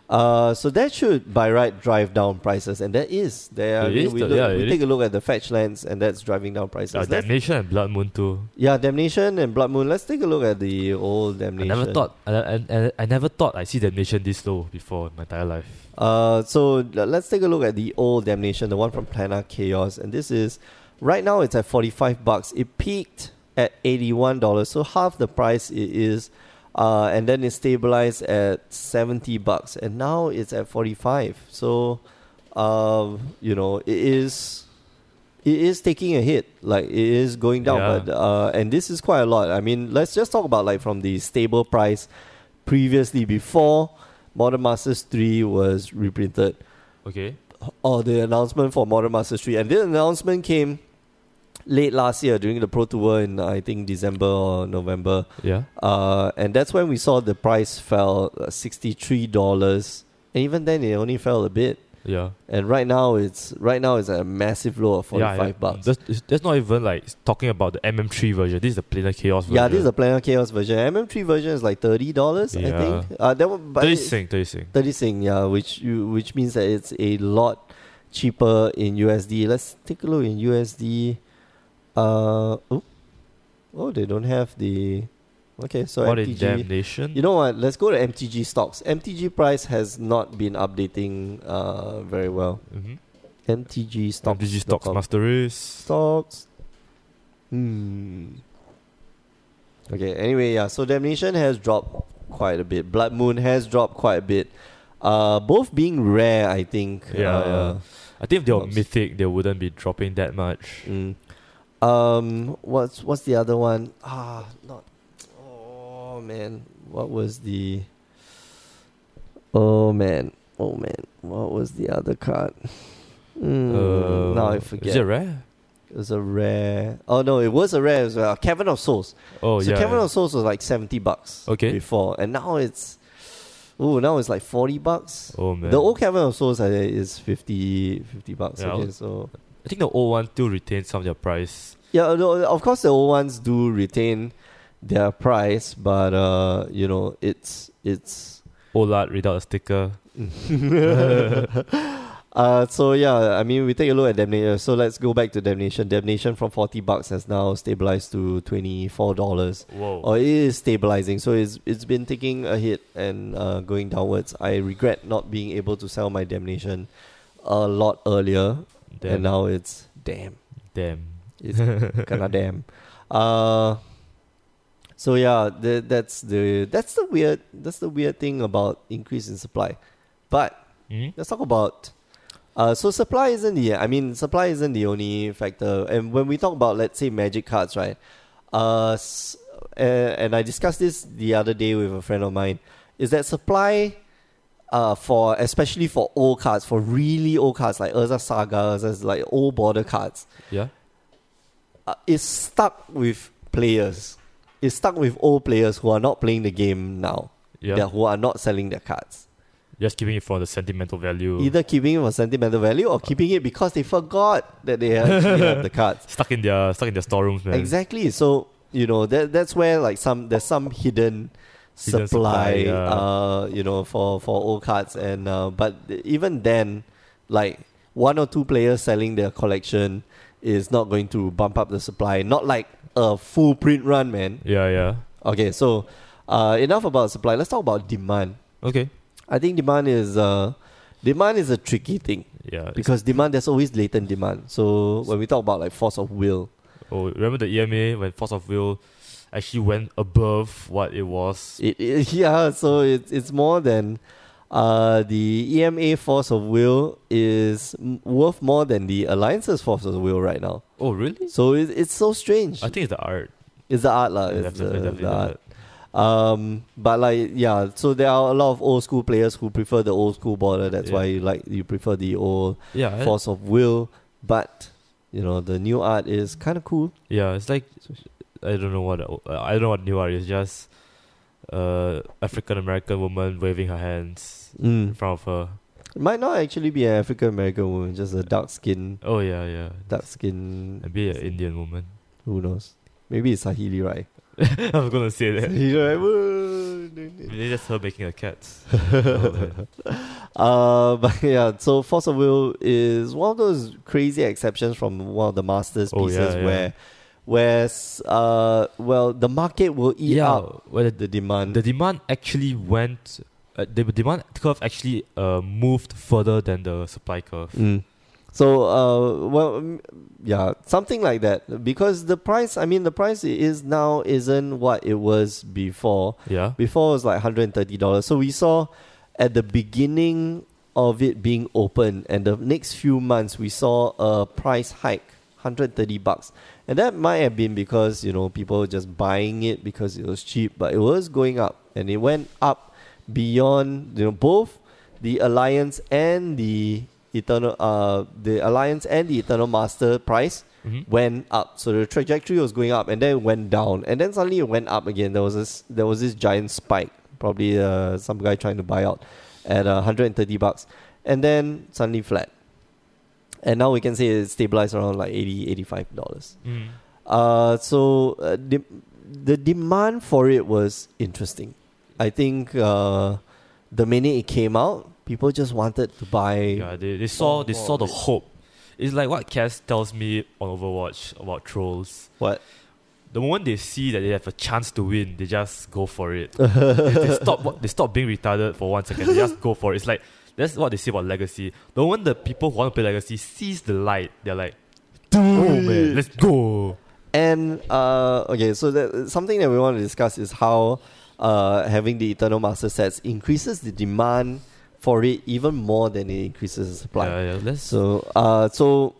Uh, so that should by right drive down prices, and that is there. I It mean, is we the- look- yeah, we it take a look at the fetch lands, and that's driving down prices. Uh, Let's- Damnation and Blood Moon too. yeah, damnation and blood moon. Let's take a look at the old I damnation. never thought I, I, I, I never thought I see Damnation this low before in my entire life. Uh, so l- let's take a look at the old damnation, the one from Planar Chaos, and this is right now it's at forty five bucks. It peaked at eighty one dollars, so half the price it is, uh, and then it stabilized at seventy bucks, and now it's at forty five. So, um, you know, it is. It is taking a hit, like it is going down, Yeah. but uh, and this is quite a lot. I mean, let's just talk about like from the stable price previously before Modern Masters 3 was reprinted. Okay. Or Oh, the announcement for Modern Masters 3. And this announcement came late last year during the Pro Tour in, I think, December or November. Yeah. Uh, and that's when we saw the price fell uh, $63. And even then, it only fell a bit. Yeah. And right now it's right now it's at a massive low of forty yeah, five yeah. bucks. That's, it's- that's not even like talking about the MM3 version. This is the planar chaos version. Yeah, this is the Planar Chaos version. MM3 version is like thirty dollars, I Yeah. think. Uh, that one, but They it- sing, they sing. 30 sing, yeah, which you, which means that it's a lot cheaper in USD. Let's take a look in USD. Uh oh, oh they don't have the okay. So what in MTG. damnation? You know what? Let's go to MTG stocks. MTG price has not been updating uh very well. mm-hmm. MTG stocks. MTG stocks dot com. master race. stocks. Hmm. Okay. Anyway, yeah. So Damnation has dropped quite a bit. Blood Moon has dropped quite a bit. Uh, both being rare, I think. Yeah, uh, I think if they were Stocks. mythic, they wouldn't be dropping that much. mm. Um. What's What's the other one? Ah, not. Oh man, what was the? Oh man. Oh man. What was the other card? Mm, Uh, now I forget. Is it rare? It was a rare. Oh no, it was a rare as well. Cavern of Souls. Oh so yeah. Cavern yeah. of Souls was like seventy bucks. Okay. Before and now it's, ooh, now it's like forty bucks. Oh man. the old Cavern of Souls I think, is 50, 50 bucks. Yeah, okay, I'll- so I think the old one still retains some of their price. yeah, no, of course the old ones do retain their price, but uh, you know, it's it's [LAUGHS] OLAD without a sticker. uh, so yeah, I mean, we take a look at Damnation. So let's go back to Damnation. Damnation from forty bucks has now stabilized to twenty four dollars. Whoa. or it is stabilizing. So it's it's been taking a hit and uh, going downwards. I regret not being able to sell my damnation a lot earlier, damn. and now it's damn, damn. it's kinda damn. Uh, so yeah, the, that's the that's the weird that's the weird thing about increase in supply. But Hmm? let's talk about. Uh, so supply isn't the I mean supply isn't the only factor. And when we talk about let's say magic cards, right? Uh, s- uh, and I discussed this the other day with a friend of mine. Is that supply? Uh, for especially for old cards, for really old cards like Urza Saga, Urza's like old border cards, Yeah. uh, is stuck with players. It's stuck with old players who are not playing the game now, Yeah. that who are not selling their cards. Just keeping it for the sentimental value. Either keeping it for sentimental value or keeping it because they forgot that they actually [LAUGHS] have the cards. stuck in their stuck in their storerooms, man. Exactly. So you know that that's where like some there's some hidden, Hidden supply, supply, yeah. uh, you know, for for old cards and uh, but even then, like one or two players selling their collection is not going to bump up the supply. Not like a full print run, man. Yeah, yeah. Okay, so uh, enough about supply. Let's talk about demand. Okay. I think demand is uh, demand is a tricky thing. Yeah. it's- Because demand, there's always latent demand. So when we talk about like force of will, oh, remember the EMA when Force of Will actually went above what it was. it, it- [LAUGHS] yeah, so it's it's more than uh, the EMA force of will is m- worth more than the alliance's force of will right now. oh, really? So it, it's so strange. I think it's the art. It's the art, lah. Yeah, It's the, definitely, the definitely art. the art. Um, but like yeah, so there are a lot of old school players who prefer the old school border. That's Yeah. why you like you prefer the old Yeah. eh? I- force of will. But you know the new art is kind of cool. Yeah, it's like I don't know what uh, I don't know what new art is. Just uh, African American woman waving her hands Mm. in front of her. It might not actually be an African American woman, just a dark skin, Oh yeah, yeah. dark skin. Maybe an Indian woman. [LAUGHS] Who knows? Maybe it's Sahili, right? I was gonna say that. Sahili, right? Woo. Maybe that's her making a cat. uh, but [LAUGHS] yeah, so Force of Will is one of those crazy exceptions from one of the masters Oh, pieces yeah, yeah. where, where, uh, well, the market will eat yeah, up well, the, the demand. the demand actually went. Uh, the demand curve actually uh, moved further than the supply curve. Mm. So, uh, well, mm, yeah, something like that. Because the price, I mean, the price it is now isn't what it was before. Yeah, Before it was like hundred and thirty dollars. So we saw at the beginning of it being open, and the next few months we saw a price hike, hundred thirty bucks, and that might have been because you know people were just buying it because it was cheap, but it was going up, and it went up beyond you know both the alliance and the eternal uh the alliance and the eternal master price Mhm. went up. So the trajectory was going up, and then it went down, and then suddenly it went up again. There was this there was this giant spike, probably uh, some guy trying to buy out at uh, 130 bucks, and then suddenly flat. And now we can say it stabilized around like 80 85 dollars. Mm. Uh, so uh, de- the demand for it was interesting. I think uh, the minute it came out, people just wanted to buy. Yeah, they, they saw they more saw of the it. hope. It's like what Cass tells me on Overwatch about trolls. What? The moment they see that they have a chance to win, they just go [LAUGHS] for it. they, they stop they stop being retarded for one second. They just go for it. It's like that's what they say about legacy. The moment the people who want to play legacy sees the light, they're like, "Oh man, let's go!" And uh, okay, so that, something that we want to discuss is how uh, having the Eternal Master sets increases the demand for it even more than it increases the supply. Yeah, yeah, let's So, uh, so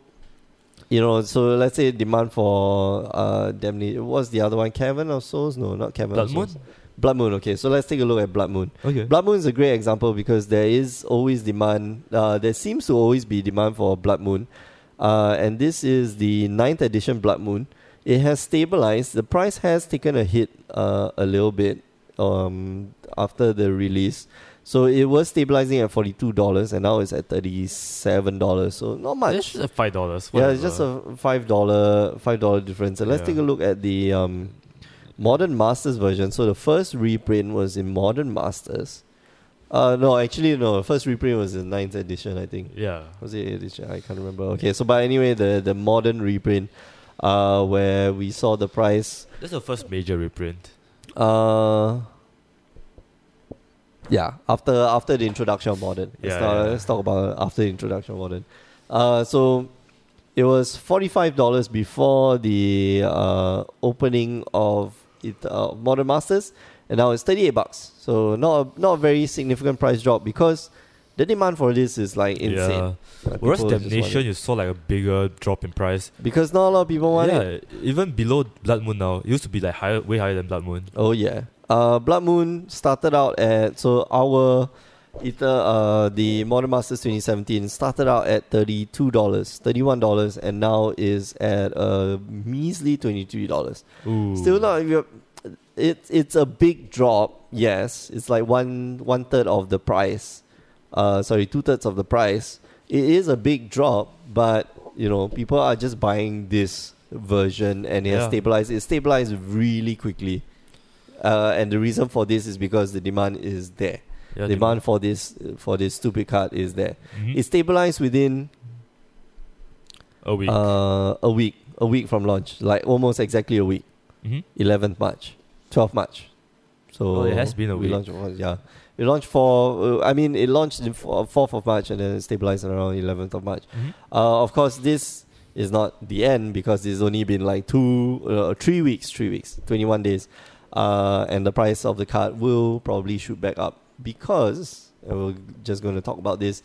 you know, so let's say demand for uh, Demni. What's the other one? Cavern of Souls? No, not Cavern. Blood of Moon. Souls. Blood Moon. Okay, so let's take a look at Blood Moon. Okay. Blood Moon is a great example because there is always demand. Uh, there seems to always be demand for Blood Moon, uh, and this is the ninth edition Blood Moon. It has stabilized. The price has taken a hit uh, a little bit um, after the release, so it was stabilizing at forty two dollars, and now it's at thirty seven dollars. So not It's much. just a five dollars. Yeah, it's just a five dollar five dollar difference. And let's Yeah. take a look at the um, Modern Masters version. So the first reprint was in Modern Masters. Uh, no, actually no. The first reprint was in ninth edition, I think. yeah. Was it eighth edition? I can't remember. Okay, so but anyway, the the modern reprint, uh, where we saw the price. That's the first major reprint. Uh, yeah, after after the introduction of modern. Let's, Yeah, talk, yeah, yeah. let's talk about after the introduction of modern. Uh, so it was forty five dollars before the uh, opening of it, uh, modern masters, and now it's thirty eight bucks. So not a, not a very significant price drop because the demand for this is like insane. Yeah. Like, Whereas people just want Damnation, it. you saw like a bigger drop in price. because not a lot of people want yeah, it. even below Blood Moon now, it used to be like higher, way higher than Blood Moon. Oh yeah. Uh, Blood Moon started out at so our Ether, uh, the Modern Masters 2017 started out at thirty-two dollars, thirty-one dollars, and now is at a measly twenty-three dollars. Ooh. Still not. if you're- It's it's a big drop. Yes, it's like one one third of the price. Uh, sorry, two thirds of the price. It is a big drop, but you know people are just buying this version, and it has Yeah. stabilized. It stabilized really quickly. Uh, and the reason for this is because the demand is there. Yeah, demand for this for this stupid card is there. Mhm. It stabilized within a week. uh, a week, a week from launch, like almost exactly a week. Mhm. 11th March, 12th March. So Oh, it has been a we week. Launched, on- yeah, we launched for. Uh, I mean, it launched in uh, fourth of March and then it stabilized around 11th of March. Mhm. Uh, of course, this is not the end because it's only been like two, uh, three weeks, three weeks, 21 days, uh, and the price of the card will probably shoot back up because and we're just going to talk about this.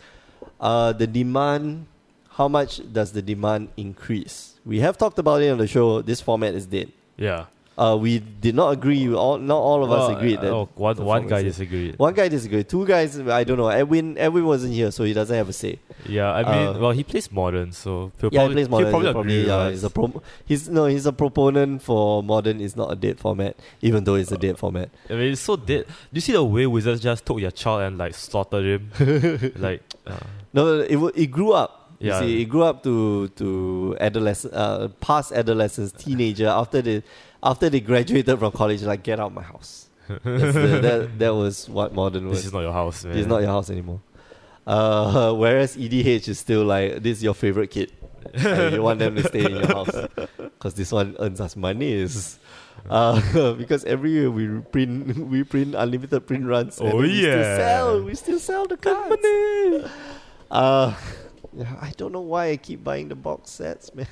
Uh, the demand. How much does the demand increase? We have talked about it on the show. This format is dead. Yeah. Uh, we did not agree. All, not all of us Well, agreed. uh, That oh, one, the one format guy is- disagreed. One guy disagreed. Two guys, I don't know. Edwin, Edwin wasn't here, so he doesn't have a say. Yeah, I mean, uh, well, he plays modern, so he'll yeah, probably, he plays modern. He'll Probably, probably, he's probably, agree with yeah, us. he's a pro- he's no, he's a proponent for modern. Is not a dead format, even though it's a dead format. I mean, it's so dead. Do you see the way wizards just took your child and like slaughtered [LAUGHS] him? like, uh, No, it wa- it grew up. You Yeah. see, it grew up to to adolescent, uh, past adolescence, teenager. After they after they graduated from college, like get out of my house. That's the- that that was what modern was. this is not your house, man. It's not your house anymore. Uh, [LAUGHS] whereas EDH is still like this is your favorite kid. And you want them to stay in your [LAUGHS] house because this one earns us monies. Uh, [LAUGHS] because every year we print [LAUGHS] we print unlimited print runs. and Oh, we still yeah. sell we still sell the cards. Uh, [LAUGHS] yeah, I don't know why I keep buying the box sets, man.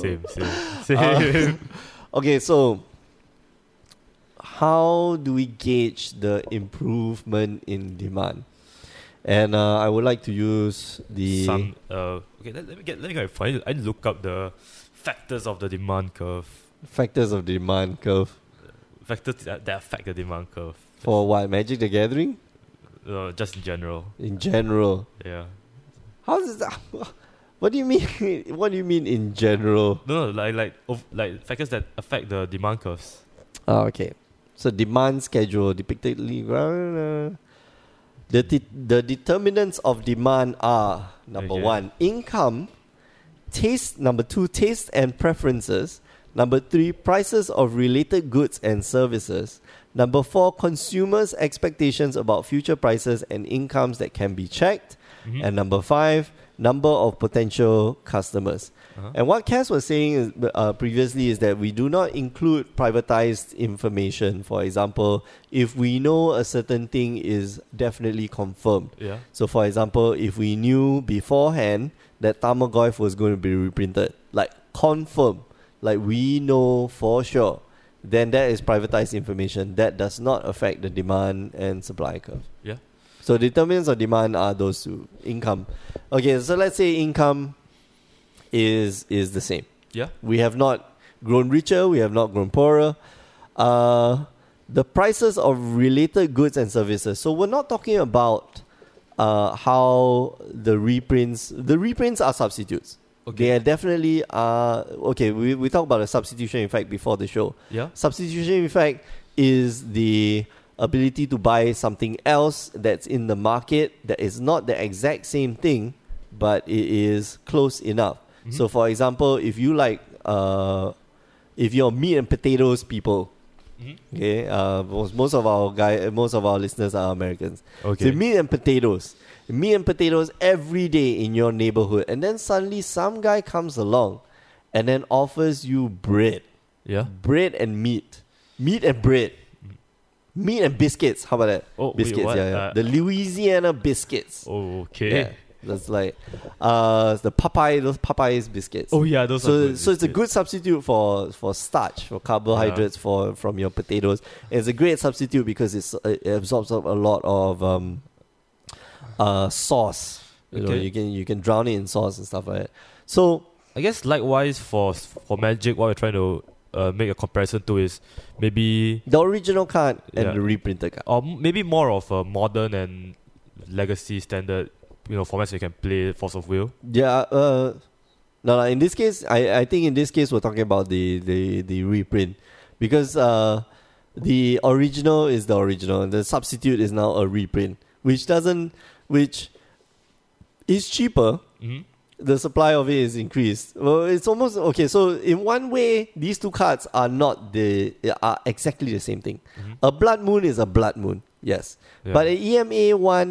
Same, same, same. Uh, [LAUGHS] okay, so how do we gauge the improvement in demand? And uh, I would like to use the Some, uh, okay, let, let me get, let me go and find it. I need to look up the factors of the demand curve. factors of the demand curve Factors that, that affect the demand curve. for what Magic the Gathering Uh, just in general, in general. yeah. How does that? [LAUGHS] What do you mean? [LAUGHS] What do you mean in general? No, no, like like of, like factors that affect the demand curves. Ah, Oh, okay. So demand schedule depictedly. The, de- the determinants of demand are number Okay. one, income, taste, number two, taste and preferences, number three, prices of related goods and services, number four, consumers' expectations about future prices and incomes that can be checked, Mhm. and number five, number of potential customers. Uh-huh. And what Cass was saying is, uh, previously is that we do not include privatized information. For example, if we know a certain thing is definitely confirmed. yeah. So, for example, if we knew beforehand that Tamagoyf was going to be reprinted, like confirm, like we know for sure, then that is privatized information. That does not affect the demand and supply curve. Yeah. So determinants of demand are those two income. Okay, so let's say income is is the same. Yeah. We have not grown richer. We have not grown poorer. Uh, the prices of related goods and services. So we're not talking about uh, how the reprints. The reprints are substitutes. Okay. They are definitely uh, okay. We we talked about the substitution effect before the show. Yeah. Substitution effect is the ability to buy something else that's in the market that is not the exact same thing, but it is close enough. So, for example, if you like, uh, if you're meat and potatoes people, Mhm. okay, uh, most, most of our guy, most of our listeners are Americans. Okay. So meat and potatoes. Meat and potatoes every day in your neighborhood. And then suddenly some guy comes along and then offers you bread. yeah. Bread and meat. Meat and bread. Meat and biscuits. How about that? Oh, wait, biscuits, what? yeah, yeah. Uh, oh, the Louisiana biscuits. Okay. Yeah. That's like uh the Popeye those Popeye's biscuits. Oh yeah, those are so good so it's a biscuits. good substitute for for starch for carbohydrates for from your potatoes it's a great substitute because it's it absorbs up a lot of um uh sauce you know Okay. you can you can drown it in sauce and stuff like that so I guess likewise for for magic, what we're trying to uh, make a comparison to is maybe the original card and Yeah. the reprinted card or m- maybe more of a modern and legacy standard, you know, formats you can play Force of Will. yeah uh no, no in this case i i think in this case we're talking about the the the reprint because uh the original is the original and the substitute is now a reprint which doesn't which is cheaper Mm-hmm. the supply of it is increased. Well, it's almost okay. So in one way, these two cards are not the are exactly the same thing. Mhm. A blood moon is a blood moon, yes. Yeah. But an EMA one,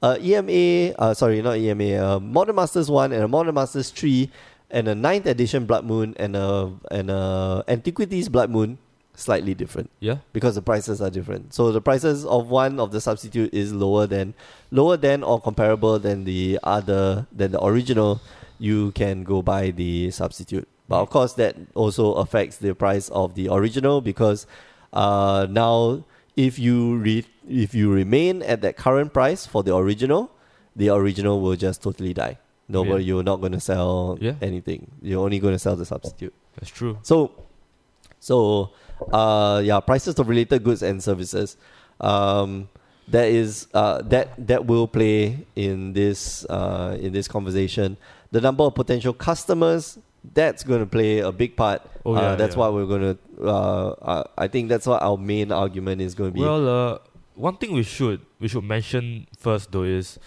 uh, EMA, uh, sorry, not EMA, uh, Modern Masters one and a Modern Masters three, and a ninth edition blood moon and a and a antiquities blood moon, slightly different Yeah. because the prices are different. So the prices of one of the substitute is lower than lower than or comparable than the other than the original, you can go buy the substitute. But of course that also affects the price of the original because uh, now if you re- if you remain at that current price for the original, the original will just totally die. No, Yeah. you're not going to sell Yeah. anything. You're only going to sell the substitute. That's true. So, so, uh, yeah, prices of related goods and services. Um, that is uh, that that will play in this uh, in this conversation. The number of potential customers that's going to play a big part. Oh, Uh, yeah, that's yeah. what we're going to. Uh, uh, I think that's what our main argument is going to be. Well, uh, one thing we should we should mention first though is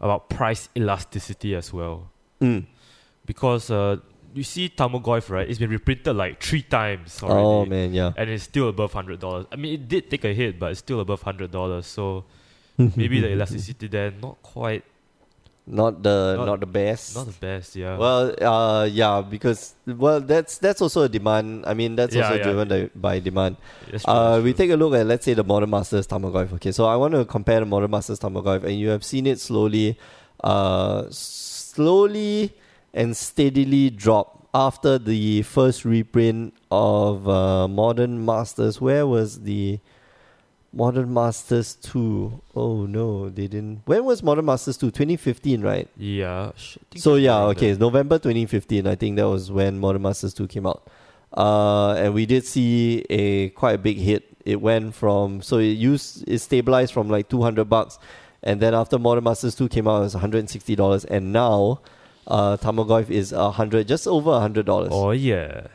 about price elasticity as well, Mm. because uh, you see Tamagoyf, right? It's been reprinted like three times already. Oh man, yeah. And it's still above hundred dollars. I mean, it did take a hit, but it's still above hundred dollars. [LAUGHS] So maybe the elasticity there not quite, not the not, Not- the best. not the best. Yeah. Well, uh, yeah, because well, that's that's also a demand. I mean, that's Yeah, also yeah. driven by- by demand. That's true, Uh, that's we true. take a look at let's say the Modern Masters Tamagoyf. Okay, so I want to compare the Modern Masters Tamagoyf, and you have seen it slowly, uh, slowly and steadily drop after the first reprint of uh, Modern Masters. Where was the Modern Masters two? Oh no, they didn't. When was Modern Masters two? Twenty fifteen, right? Yeah. sh- I think So it's yeah, around okay, there. November 2015. I think that was when Modern Masters 2 came out, uh, and we did see a quite a big hit. It went from so it used it stabilized from like 200 bucks, and then after Modern Masters 2 came out, it was 160 dollars, and now uh, Tamagoyf is 100, just over 100 dollars. Oh yeah.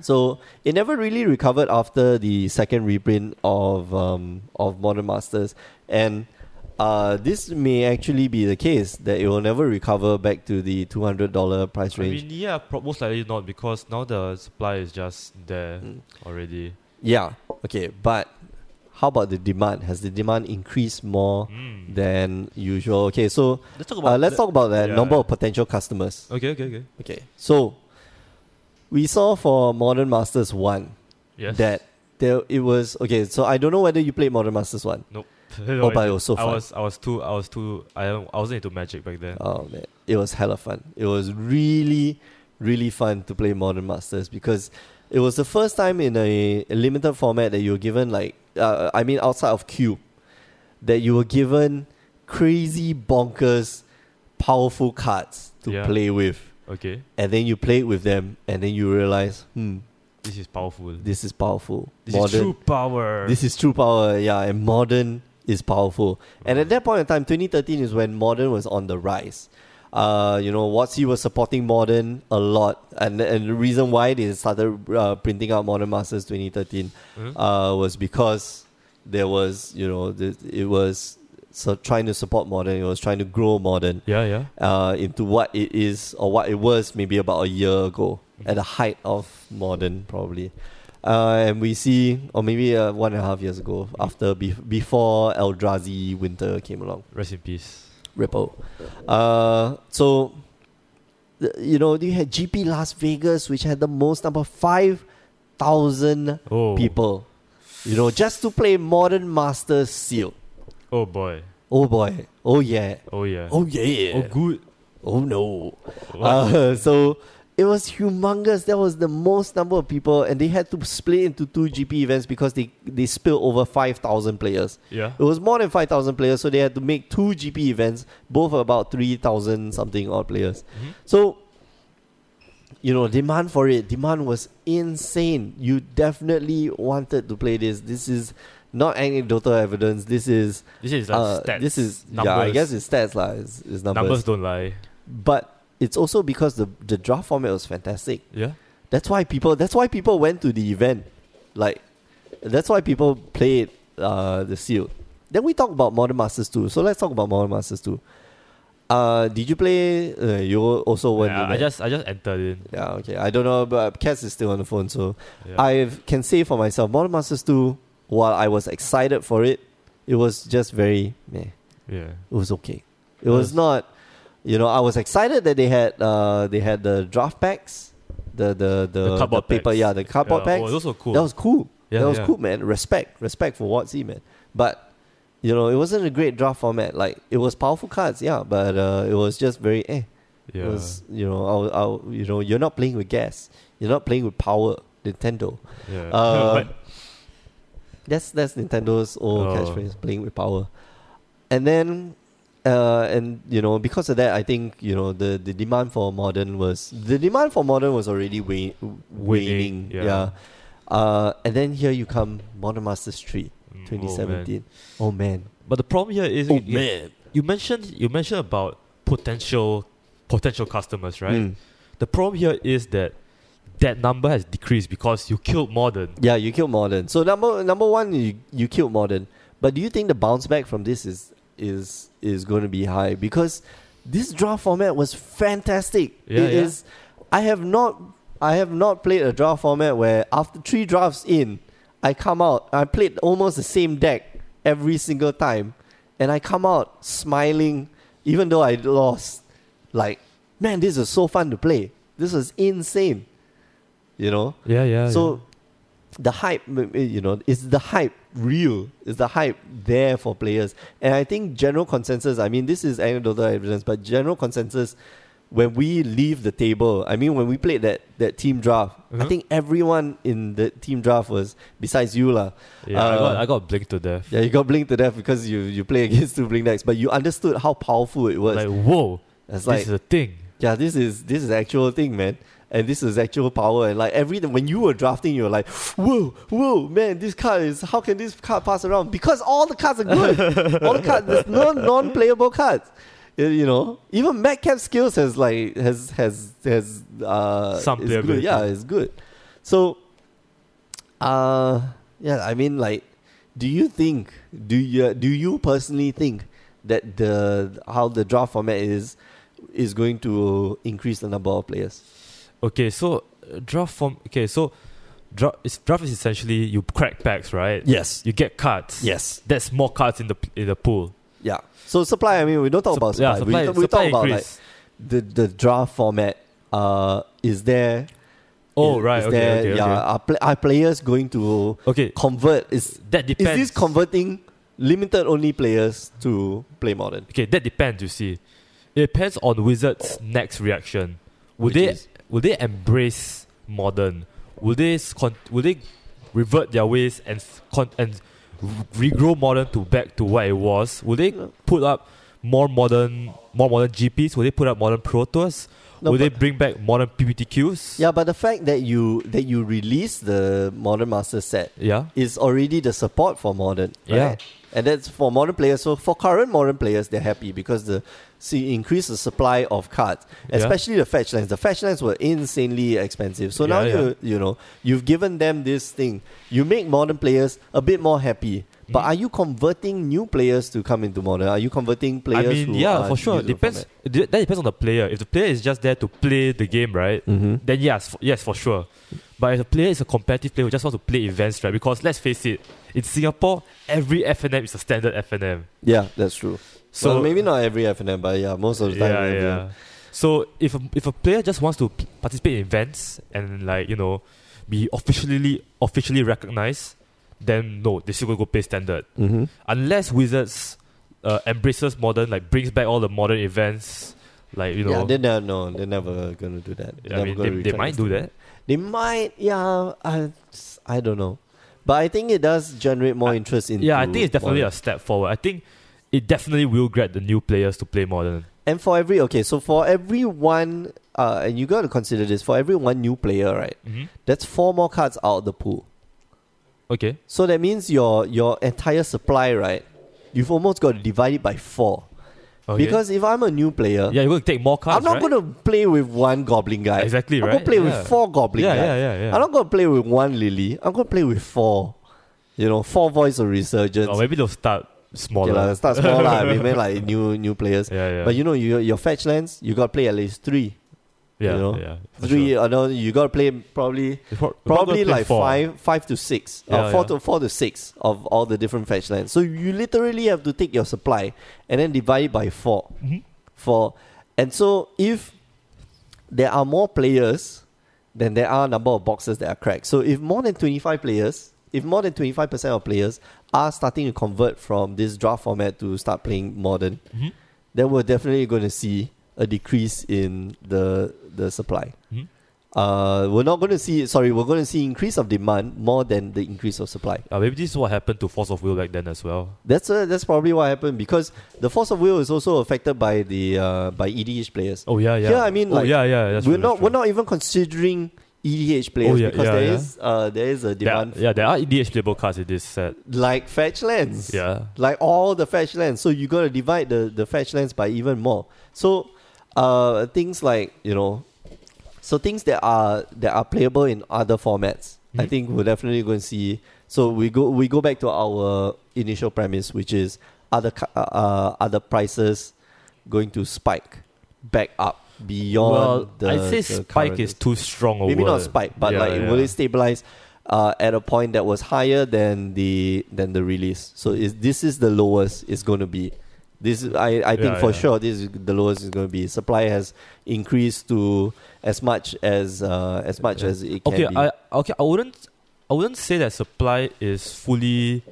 So it never really recovered after the second reprint of um, of Modern Masters, and uh, this may actually be the case that it will never recover back to the two hundred dollar price I range. mean, yeah, pro- most likely not because now the supply is just there Mm. already. Yeah. Okay, but how about the demand? Has the demand increased more Mm. than usual? Okay, so Let's talk about. uh, let's talk about the yeah. number of potential customers. Okay, okay, okay. Okay, so we saw for Modern Masters One Yes. that there it was okay. So I don't know whether you played Modern Masters One. [LAUGHS] Oh, No, I but it didn't. was so I fun. was, I was too, I was too, I, don't- I wasn't into magic back then. Oh man, it was hella fun. It was really, really fun to play Modern Masters because it was the first time in a, a limited format that you were given like, uh, I mean, outside of Cube, that you were given crazy bonkers, powerful cards to Yeah. play with, Okay, and then you played with them, and then you realize, hmm, this is powerful. This, this is powerful. is true power. This is true power, yeah, and modern is powerful. And at that point in time, 2013 is when modern was on the rise. Uh, you know, Watsy was supporting modern a lot, and and the reason why they started uh, printing out Modern Masters 2013 Mhm. uh, was because there was, you know, th- it was so trying to support modern, it was trying to grow modern yeah, yeah. uh, into what it is or what it was maybe about a year ago at the height of modern probably uh, and we see or maybe uh, one and a half years ago after be- before Eldrazi winter came along Rest in peace. Ripple uh, so th- you know you had GP Las Vegas which had the most number 5,000 Oh, people you know just to play modern masters seal Oh boy. oh boy oh yeah Oh yeah. oh yeah Oh, good. oh no Wow. uh, [LAUGHS] so it was humongous. That was the most number of people, and they had to split into two GP events because they they spilled over five thousand players. yeah. It was more than five thousand players, so they had to make two GP events, both about three thousand something odd players. Mhm. So. You know, demand for it. Demand was insane. You definitely wanted to play this. This is not anecdotal evidence. This is This is like uh, stats. this is numbers. yeah. I guess it's stats lah. It's, it's numbers. numbers don't lie. but it's also because the the draft format was fantastic. Yeah. That's why people that's why people went to the event. Like that's why people played uh the seal. Then we talk about Modern Masters 2. So let's talk about Modern Masters 2. Uh did you play uh, you also went Oh, yeah in I it. just, I just entered in. Yeah, okay. I don't know but Cass is still on the phone, so Yeah. I can say for myself Modern Masters 2 while I was excited for it, it was just very meh yeah. it was okay. It was not, you know, I was excited that they had uh they had the draft packs, the the the, The cardboard paper, packs. yeah, the cardboard yeah. packs. Oh, those were cool. That was cool. yeah, that was yeah. cool, man. Respect, respect for Watsy, man. But you know, it wasn't a great draft format. Like it was powerful cards, yeah, but uh, it was just very eh. Yeah. It was you know, I, was- I, was- you know, you're not playing with gas. You're not playing with power. Nintendo. yeah. Uh, [LAUGHS] But- that's that's Nintendo's old Oh. catchphrase, playing with power. And then, uh, and you know, because of that, I think you know the, the demand for modern was the demand for modern was already wane, waning. yeah. yeah. Uh, and then here you come, Modern Masters 3, Mm, oh, man. 2017. Oh man. But the problem here is you- you- Oh, man. you mentioned you mentioned about potential potential customers, right? Mm. The problem here is that that number has decreased because you killed modern. Yeah, you killed modern. So number number one, you you killed modern. But do you think the bounce back from this is is is going to be high? Because this draft format was fantastic. Yeah, It yeah. is- I have not I have not played a draft format where after three drafts in, I come out. I played almost the same deck every single time, and I come out smiling, even though I lost. Like, man, this is so fun to play. This was insane. You know Yeah, yeah. so the hype m- m- you know is the hype real is the hype there for players and i think general consensus i mean this is anecdotal evidence but general consensus when we leave the table i mean when we played that that team draft i Mhm. think everyone in the team draft was besides you lah yeah, I got uh, I got blinked to death. yeah you got blinked to death because you you play [LAUGHS] against two blink decks but you understood how powerful it was Like whoa, it's this like is a thing. yeah, this is this is actual thing, man. And this is actual power. And like every when you were drafting, you were like, whoa, whoa, man, this card is how can this card pass around? Because all the cards are good. all the cards there's no non-playable cards. You- You know? Even Metcalf skills has like has has has uh Some is good. playability. Yeah, it's good. So uh yeah, I mean like do you think do you do you personally think that the how the draft format is is going to increase the number of players. Okay, so uh, draft form. Okay, so draft is draft is essentially you crack packs, right? Yes. You get cards. Yes. That's more cards in the in the pool. Yeah. So supply. I mean, we don't talk about Sup- yeah, supply. we talk, we supply talk about like increase. the the draft format. Uh, is there? Oh is- right. is okay, there- okay. Yeah. Are, pla are players going to Okay. okay. convert? Is That depends. is this converting limited only players to play modern? okay, that depends. You see, it depends on Wizards' next reaction. Would Which they is- would they embrace modern? Would they s- con- would they revert their ways and s- con- and regrow modern to back to what it was? Would they put up more modern more modern GPs? Would they put up modern pro tours? No, would they but- bring back modern PPTQs? Yeah, but the fact that you that you release the modern master set Yeah. is already the support for modern, Yeah. right? And that's for modern players. So for current modern players, they're happy because the see increase the supply of cards, Yeah. especially the fetch lands. The fetch lands were insanely expensive. So now Yeah, yeah. you you know you've given them this thing. You make modern players a bit more happy. Mm-hmm. But are you converting new players to come into modern? Are you converting players? I mean, who yeah, are for sure. new to the Depends. format? d- That depends on the player. If the player is just there to play the game, right? Mhm. Then yes, f- yes, for sure. But if the player is a competitive player who just wants to play events, right? Because let's face it, in Singapore, every FNM is a standard FNM. Yeah, that's true. So So maybe not every FNM, but yeah, most of the time. yeah, it'll be- yeah. So if a, if a player just wants to p- participate in events and like you know, be officially officially recognized, then no, they still gonna go play standard. Mm-hmm. Unless Wizards uh, embraces modern, like brings back all the modern events, like you know. yeah, they never no, they're never gonna do that. They're I never mean, gonna they, they recognize might do that. They might, yeah. I, I don't know, but I think it does generate more I- interest in. Yeah, I think it's definitely a step forward. I think it definitely will get the new players to play modern. And for every okay, so for every one, uh, and you got to consider this for every one new player, right? Mm-hmm. That's four more cards out of the pool. Okay. So that means your your entire supply, right? You've almost got to divide it by four. okay. Because if I'm a new player, yeah, you're going to take more cards. I'm not right? gonna play with one goblin guy. Exactly, I'm right? gonna play Yeah. with four goblin Yeah, guys. yeah, yeah, yeah. I'm not gonna play with one Lily. I'm gonna play with four. You know, four voice of resurgence. Or Oh, maybe they'll start smaller. okay, lah, start small lah. [LAUGHS] Remain like new new players. yeah, yeah. But you know, you, your fetch lands, you gotta play at least three, yeah, you know, yeah, for three. sure. Or no, you gotta play probably They're prob- they're probably gonna play like four. five, five to six, Yeah, or four yeah. to four to six of all the different fetch lands. So you literally have to take your supply and then divide it by four. Mhm. For and so if there are more players, then there are a number of boxes that are cracked. So if more than twenty five players, if more than twenty five percent of players are starting to convert from this draft format to start playing modern, Mhm. then we're definitely going to see a decrease in the the supply. Mhm. Uh, we're not going to see. Sorry, we're going to see increase of demand more than the increase of supply. Uh, maybe this is what happened to Force of Will back then as well. That's uh, that's probably what happened because the force of will is also affected by the uh, by EDH players. Oh yeah, yeah. Yeah, I mean, oh, like, yeah, yeah. That's we're true, not that's we're true. not even considering EDH players Oh, yeah, because yeah, there yeah. is uh, there E is a There are- demand yeah, there are EDH playable cards in this set. like fetch lands. Yeah. like all the fetch lands. So you gotta divide the the fetch lands by even more. So uh, things like you know, so things that are that are playable in other formats. I Mhm. think we're definitely going to see. So we go we go back to our initial premise, which is other ca- uh, uh, other prices going to spike back up beyond. well, the, I'd say the Spike current- is too strong a maybe not word. spike, but Yeah, like yeah. will it stabilize uh, at a point that was higher than the than the release? So is this is the lowest it's going to be. This is- I I think Yeah, for yeah. sure this is the lowest it's going to be. Supply has increased to as much as uh, as much Yeah. as it can okay be. i okay i wouldn't i wouldn't say that supply is fully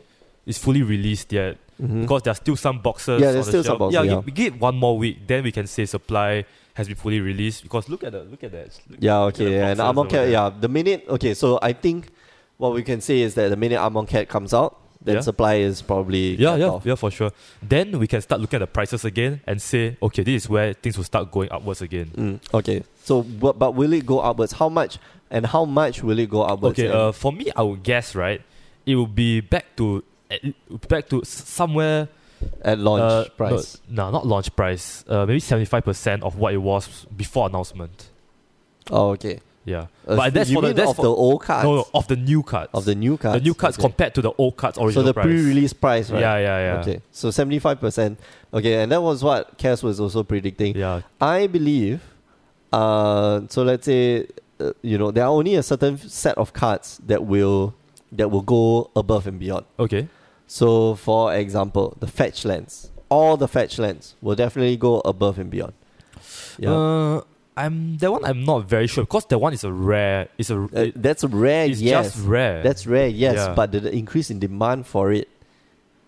is fully released yet Mhm. because there are still some boxes Yeah, on there's the still some shelf. boxes, Hmm? yeah, yeah. We, we give it one more week then we can say supply has been fully released because look at the look at that Look- Yeah, look at the okay, yeah, and boxes Armor over Cat, there. yeah. The minute okay, so I think what we can say is that the minute Armor Cat comes out, then Yeah. supply is probably yeah cut yeah off. yeah for sure then we can start looking at the prices again and say okay this is where things will start going upwards again Mm, okay. So, but, but will it go upwards? How much and how much will it go upwards? okay And- uh, for me i would guess right it will be back to at- back to s- somewhere at launch Uh, price. No, no, not launch price. Uh, maybe seventy five percent of what it was before announcement. Oh, okay. Yeah. Uh, but that's you for the mean that's of for, the old cards? no, no, of the new cards. Of the new cards. the new cards okay. compared to the old cards original So the price. pre-release price, right? Yeah, yeah, yeah. Okay, so seventy-five percent. Okay, and that was what Cass was also predicting. Yeah. I believe. Uh, so let's say, uh, you know, there are only a certain set of cards that will that will go above and beyond. Okay. So, for example, the fetch lands, all the fetch lands will definitely go above and beyond. Yeah, Uh, I'm that one. I'm not very sure because that one is a rare. It's a. Uh, it- that's rare. it's yes, just rare. that's rare. Yes, Yeah. but the, the increase in demand for it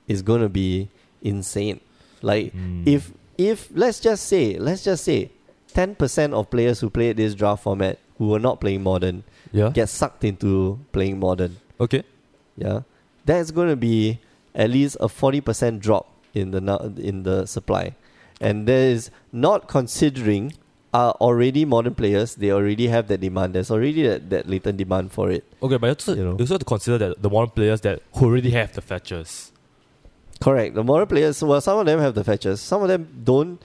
is going to be insane. Like Mm. if if let's just say let's just say 10% of players who played this draft format who were not playing modern yeah. get sucked into playing modern Okay. yeah that's going to be at least a 40% drop in the nu- in the supply and that is not considering are already modern players they already have that demand there's already that, that latent demand for it Okay, but you also, You know. you also have to consider that the modern players that who already have the fetchers. correct the modern players well some of them have the fetches some of them don't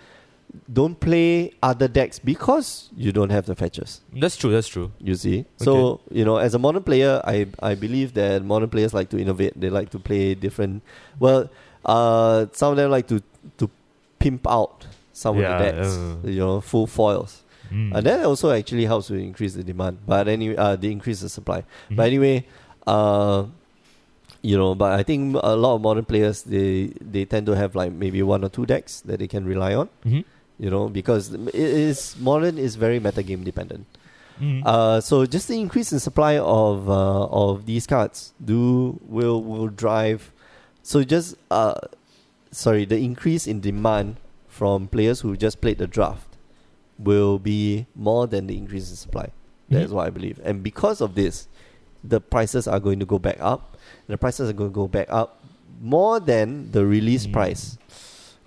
don't play other decks because you don't have the fetches That's true. That's true. You see, so you know, as a modern player, I I believe that modern players like to innovate. They like to play different. Well, uh, some of them like to to pimp out some Yeah, of the decks. yeah. You know, full foils, Mm. and that also actually helps to increase the demand. But anyway, uh, they increase the supply. Mhm. But anyway, uh, you know, but I think a lot of modern players they they tend to have like maybe one or two decks that they can rely on. Mhm. You know, because it is modern is very metagame dependent. Mm. Uh, so just the increase in supply of uh, of these cards do will will drive. So just uh, sorry, the increase in demand from players who just played the draft will be more than the increase in supply. That's Mhm. what I believe, and because of this, the prices are going to go back up. The prices are going to go back up more than the release Mm. price.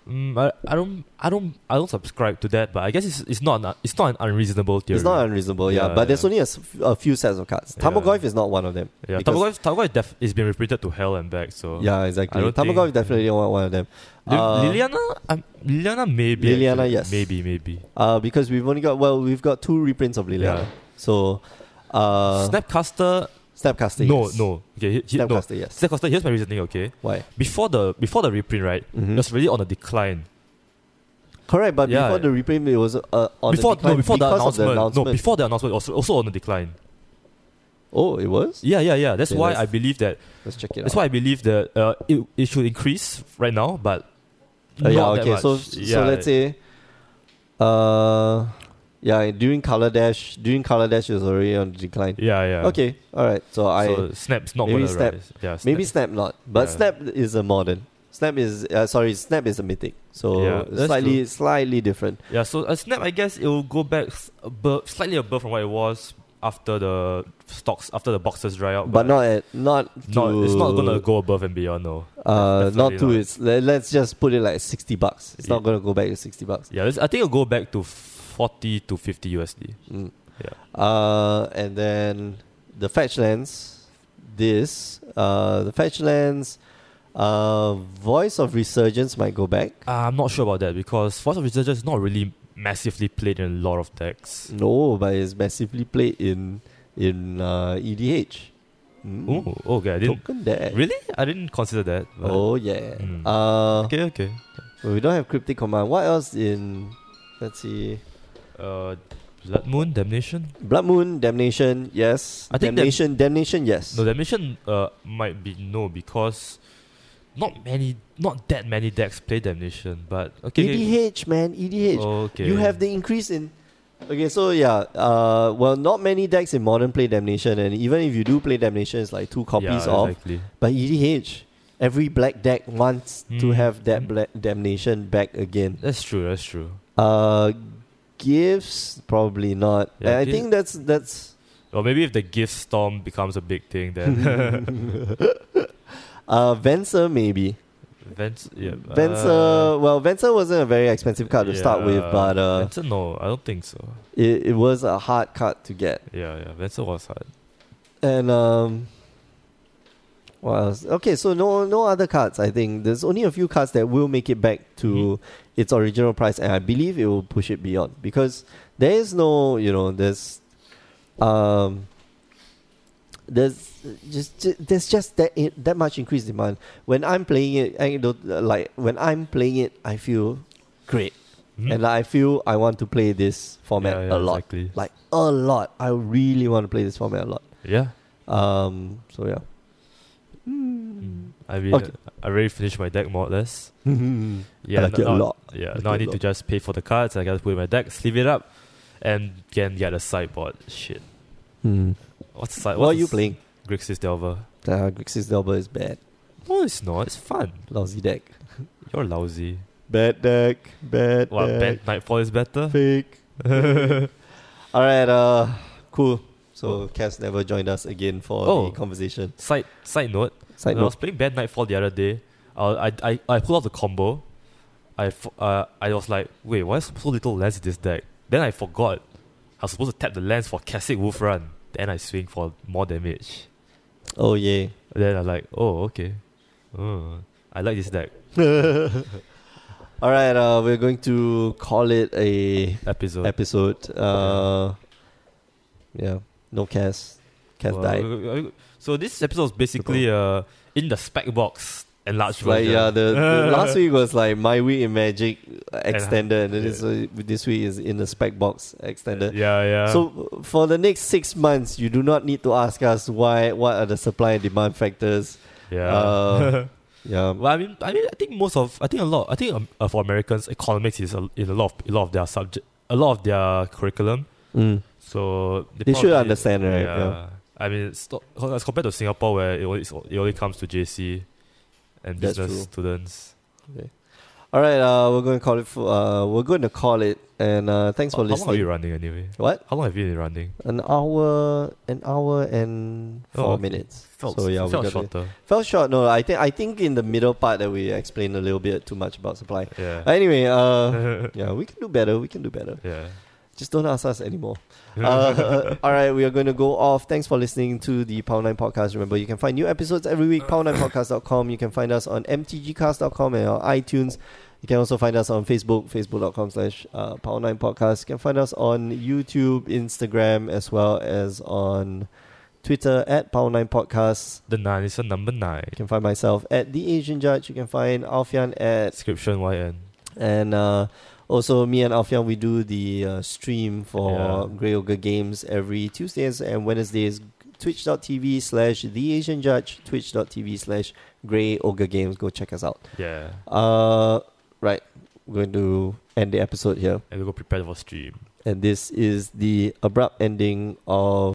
Mm, I, I don't I don't I don't subscribe to that, but I guess it's it's not an, it's not an unreasonable theory. It's not unreasonable, yeah. Yeah, but there's yeah. only a, s- a few sets of cards. Yeah. Tamagotchi is not one of them. yeah, because- Tamagotchi Tamagotchi def- is being reprinted to hell and back. So Yeah, exactly. I don't think- Tamagotchi is definitely one one of them. Li- Uh, Liliana, um, Liliana maybe. Liliana, actually. yes. Maybe, maybe. Uh, because we've only got well, we've got two reprints of Liliana. Yeah. So, uh, Snapcaster, Snapcaster. no, yes. no. Okay, he, he, no. Snapcaster. Yes. Snapcaster. Here's my reasoning. Okay, Why? before the before the reprint, right, Mhm. it was really on a decline. Correct, but Mm-hmm. Yeah. before the reprint, it was uh, on before the decline no, before the because announcement, of the announcement. no, before the announcement, it was also on a decline. oh, it was. Yeah, yeah, yeah. That's Okay, why let's- I believe that. Let's check it That's out. why I believe that uh, it, it should increase right now, but Uh, yeah. not that Okay. much. So so Yeah. let's say, uh, yeah, during color dash, during color dash is already on decline. Yeah, yeah. Okay. All right. So I so Snap's not maybe gonna Snap- rise. Yeah, Snap. Maybe Snap not, but Yeah. Snap is a modern. Snap is uh, sorry, Snap is a mythic, so Yeah, that's slightly slightly different. Yeah, so a snap, I guess it will go back s- above, slightly above from what it was after the stocks, after the boxes dry out. But, not at, not to, no, it's not gonna go above and beyond. No. uh Def- not definitely to not. its let, let's just put it like sixty bucks. It's not Yeah. gonna go back to sixty bucks. Yeah, it's- I think it'll go back to forty to fifty USD. Mm. Yeah. Uh, and then the fetch lands, this uh the fetch lands, uh voice of resurgence might go back. Uh, I'm not sure about that because Force of Resurgence is not really massively played in a lot of decks. No, but it's massively played in in uh, EDH. Mm. Oh, okay, I didn't Token deck. really. I didn't consider that. but- Oh yeah. Mm. Uh, Okay, okay. well, we don't have cryptic command. What else in? Let's see. Uh, Blood Moon Damnation. Blood Moon Damnation. Yes. I think that- Damnation. Damnation. Yes. No, that mission uh might be no because not many, not that many decks play damnation. But okay, okay. EDH E man. EDH. okay. You have the increase in. Okay, so yeah, uh, well, not many decks in modern play Damnation, and even if you do play Damnation, it's like two copies yeah, of. Exactly. But EDH, every black deck wants to Mm. have that Mm. black Damnation back again. That's true. That's true. Uh, gifts probably not. Yeah, And I gi- think that's that's Or maybe if the gift storm becomes a big thing, then [LAUGHS] Uh, Venser maybe. Vents, yeah, uh, Venser. well, Venser wasn't a very expensive uh, card to start with, but uh, Venser, no, I don't think so. it, it was a hard card to get. Yeah, yeah, Venser was hard. And um, what else? Okay, so no no other cards. I think there's only a few cards that will make it back to Mm-hmm. its original price, and I believe it will push it beyond because there is no you know there's um, there's just, ju- there's just that i- that much increased demand. When I'm playing it, anecdote, like when I'm playing it, I feel great, Mhm. and I feel I want to play this format Yeah, yeah, a lot, Exactly. like a lot. I really want to play this format a lot. Yeah. Um, so yeah. Hmm. [LAUGHS] I mean, Mm. Okay. I already finished my deck more or less. Yeah, I like it no- a no- lot. Yeah, like now I it a need to lot. just pay for the cards. I gotta put in my deck, sleeve it up, and can get a sideboard. Shit. Hmm. What's the What side? are what's you the s- playing? Grixis Delver. Uh, Grixis Delver is bad. No, it's not. It's fun. Lousy deck. You're lousy. Bad deck. Bad What? deck. Ben, Nightfall is [LAUGHS] better. Fake. All right. Uh, cool. So Cass never joined us again for Oh. the conversation. Side side note. Side when I note. was playing Bad Nightfall the other day, I I I, I pulled out the combo. I f- uh, I was like, wait, why is so little lands in this deck? Then I forgot. I was supposed to tap the lands for Cassic Wolf Run. Then I swing for more damage. Oh [LAUGHS] yeah. Then I'm like, oh okay. Oh, I like this deck All right. Uh, we're going to call it a episode. episode. Uh, yeah. No Cass. Cass Well, died. we- we- we- So this episode is basically uh in the spec box enlarged Like version. yeah, the, [LAUGHS] the last week was like my week in Magic uh, extended, and then yeah. this, uh, this week is in the spec box extended. Yeah, yeah. So uh, for the next six months, you do not need to ask us why. What are the supply and demand factors? yeah. [LAUGHS] uh, Yeah, Well, I mean, I mean, I think most of, I think a lot, I think um, uh, for Americans, economics is a, is a lot, of, a lot of their subject, a lot of their curriculum. Mm. So they, They should probably- understand, right? Yeah. I mean, it's not, co- as compared to Singapore, where it only, it's- it only comes to JC and That's business true. students. All right, uh, we're going to call it. For, uh, we're going to call it. And uh, thanks for How long are listening. you running anyway? What? How long have you been running? An hour, an hour and Oh, four okay. minutes. Felt, so yeah, we felt got it. shorter. Felt short. No, I think I think in the middle part that we explained a little bit too much about supply. Yeah. Anyway, uh, yeah, we can do better. We can do better. yeah. Just don't ask us anymore. uh, [LAUGHS] all right, we are going to go off. Thanks for listening to the Power 9 Podcast. Remember, you can find new episodes every week, power9podcast.com. You can find us on mtgcast.com and on iTunes. You can also find us on Facebook, facebook.com slash uh, Power9 Podcast. You can find us on YouTube, Instagram, as well as on Twitter at Power9 Podcast. The nine is a number nine. You can find myself at The Asian Judge. You can find Alfian at Description YN. and uh, also, me and Alfian, we do the uh, stream for Yeah. Grey Ogre Games every Tuesdays and Wednesdays. Twitch.tv slash The Asian Judge, Twitch.tv slash Grey Ogre Games. Go check us out. Yeah. Uh, right, we're going to end the episode here. And we go prepare for stream. And this is the abrupt ending of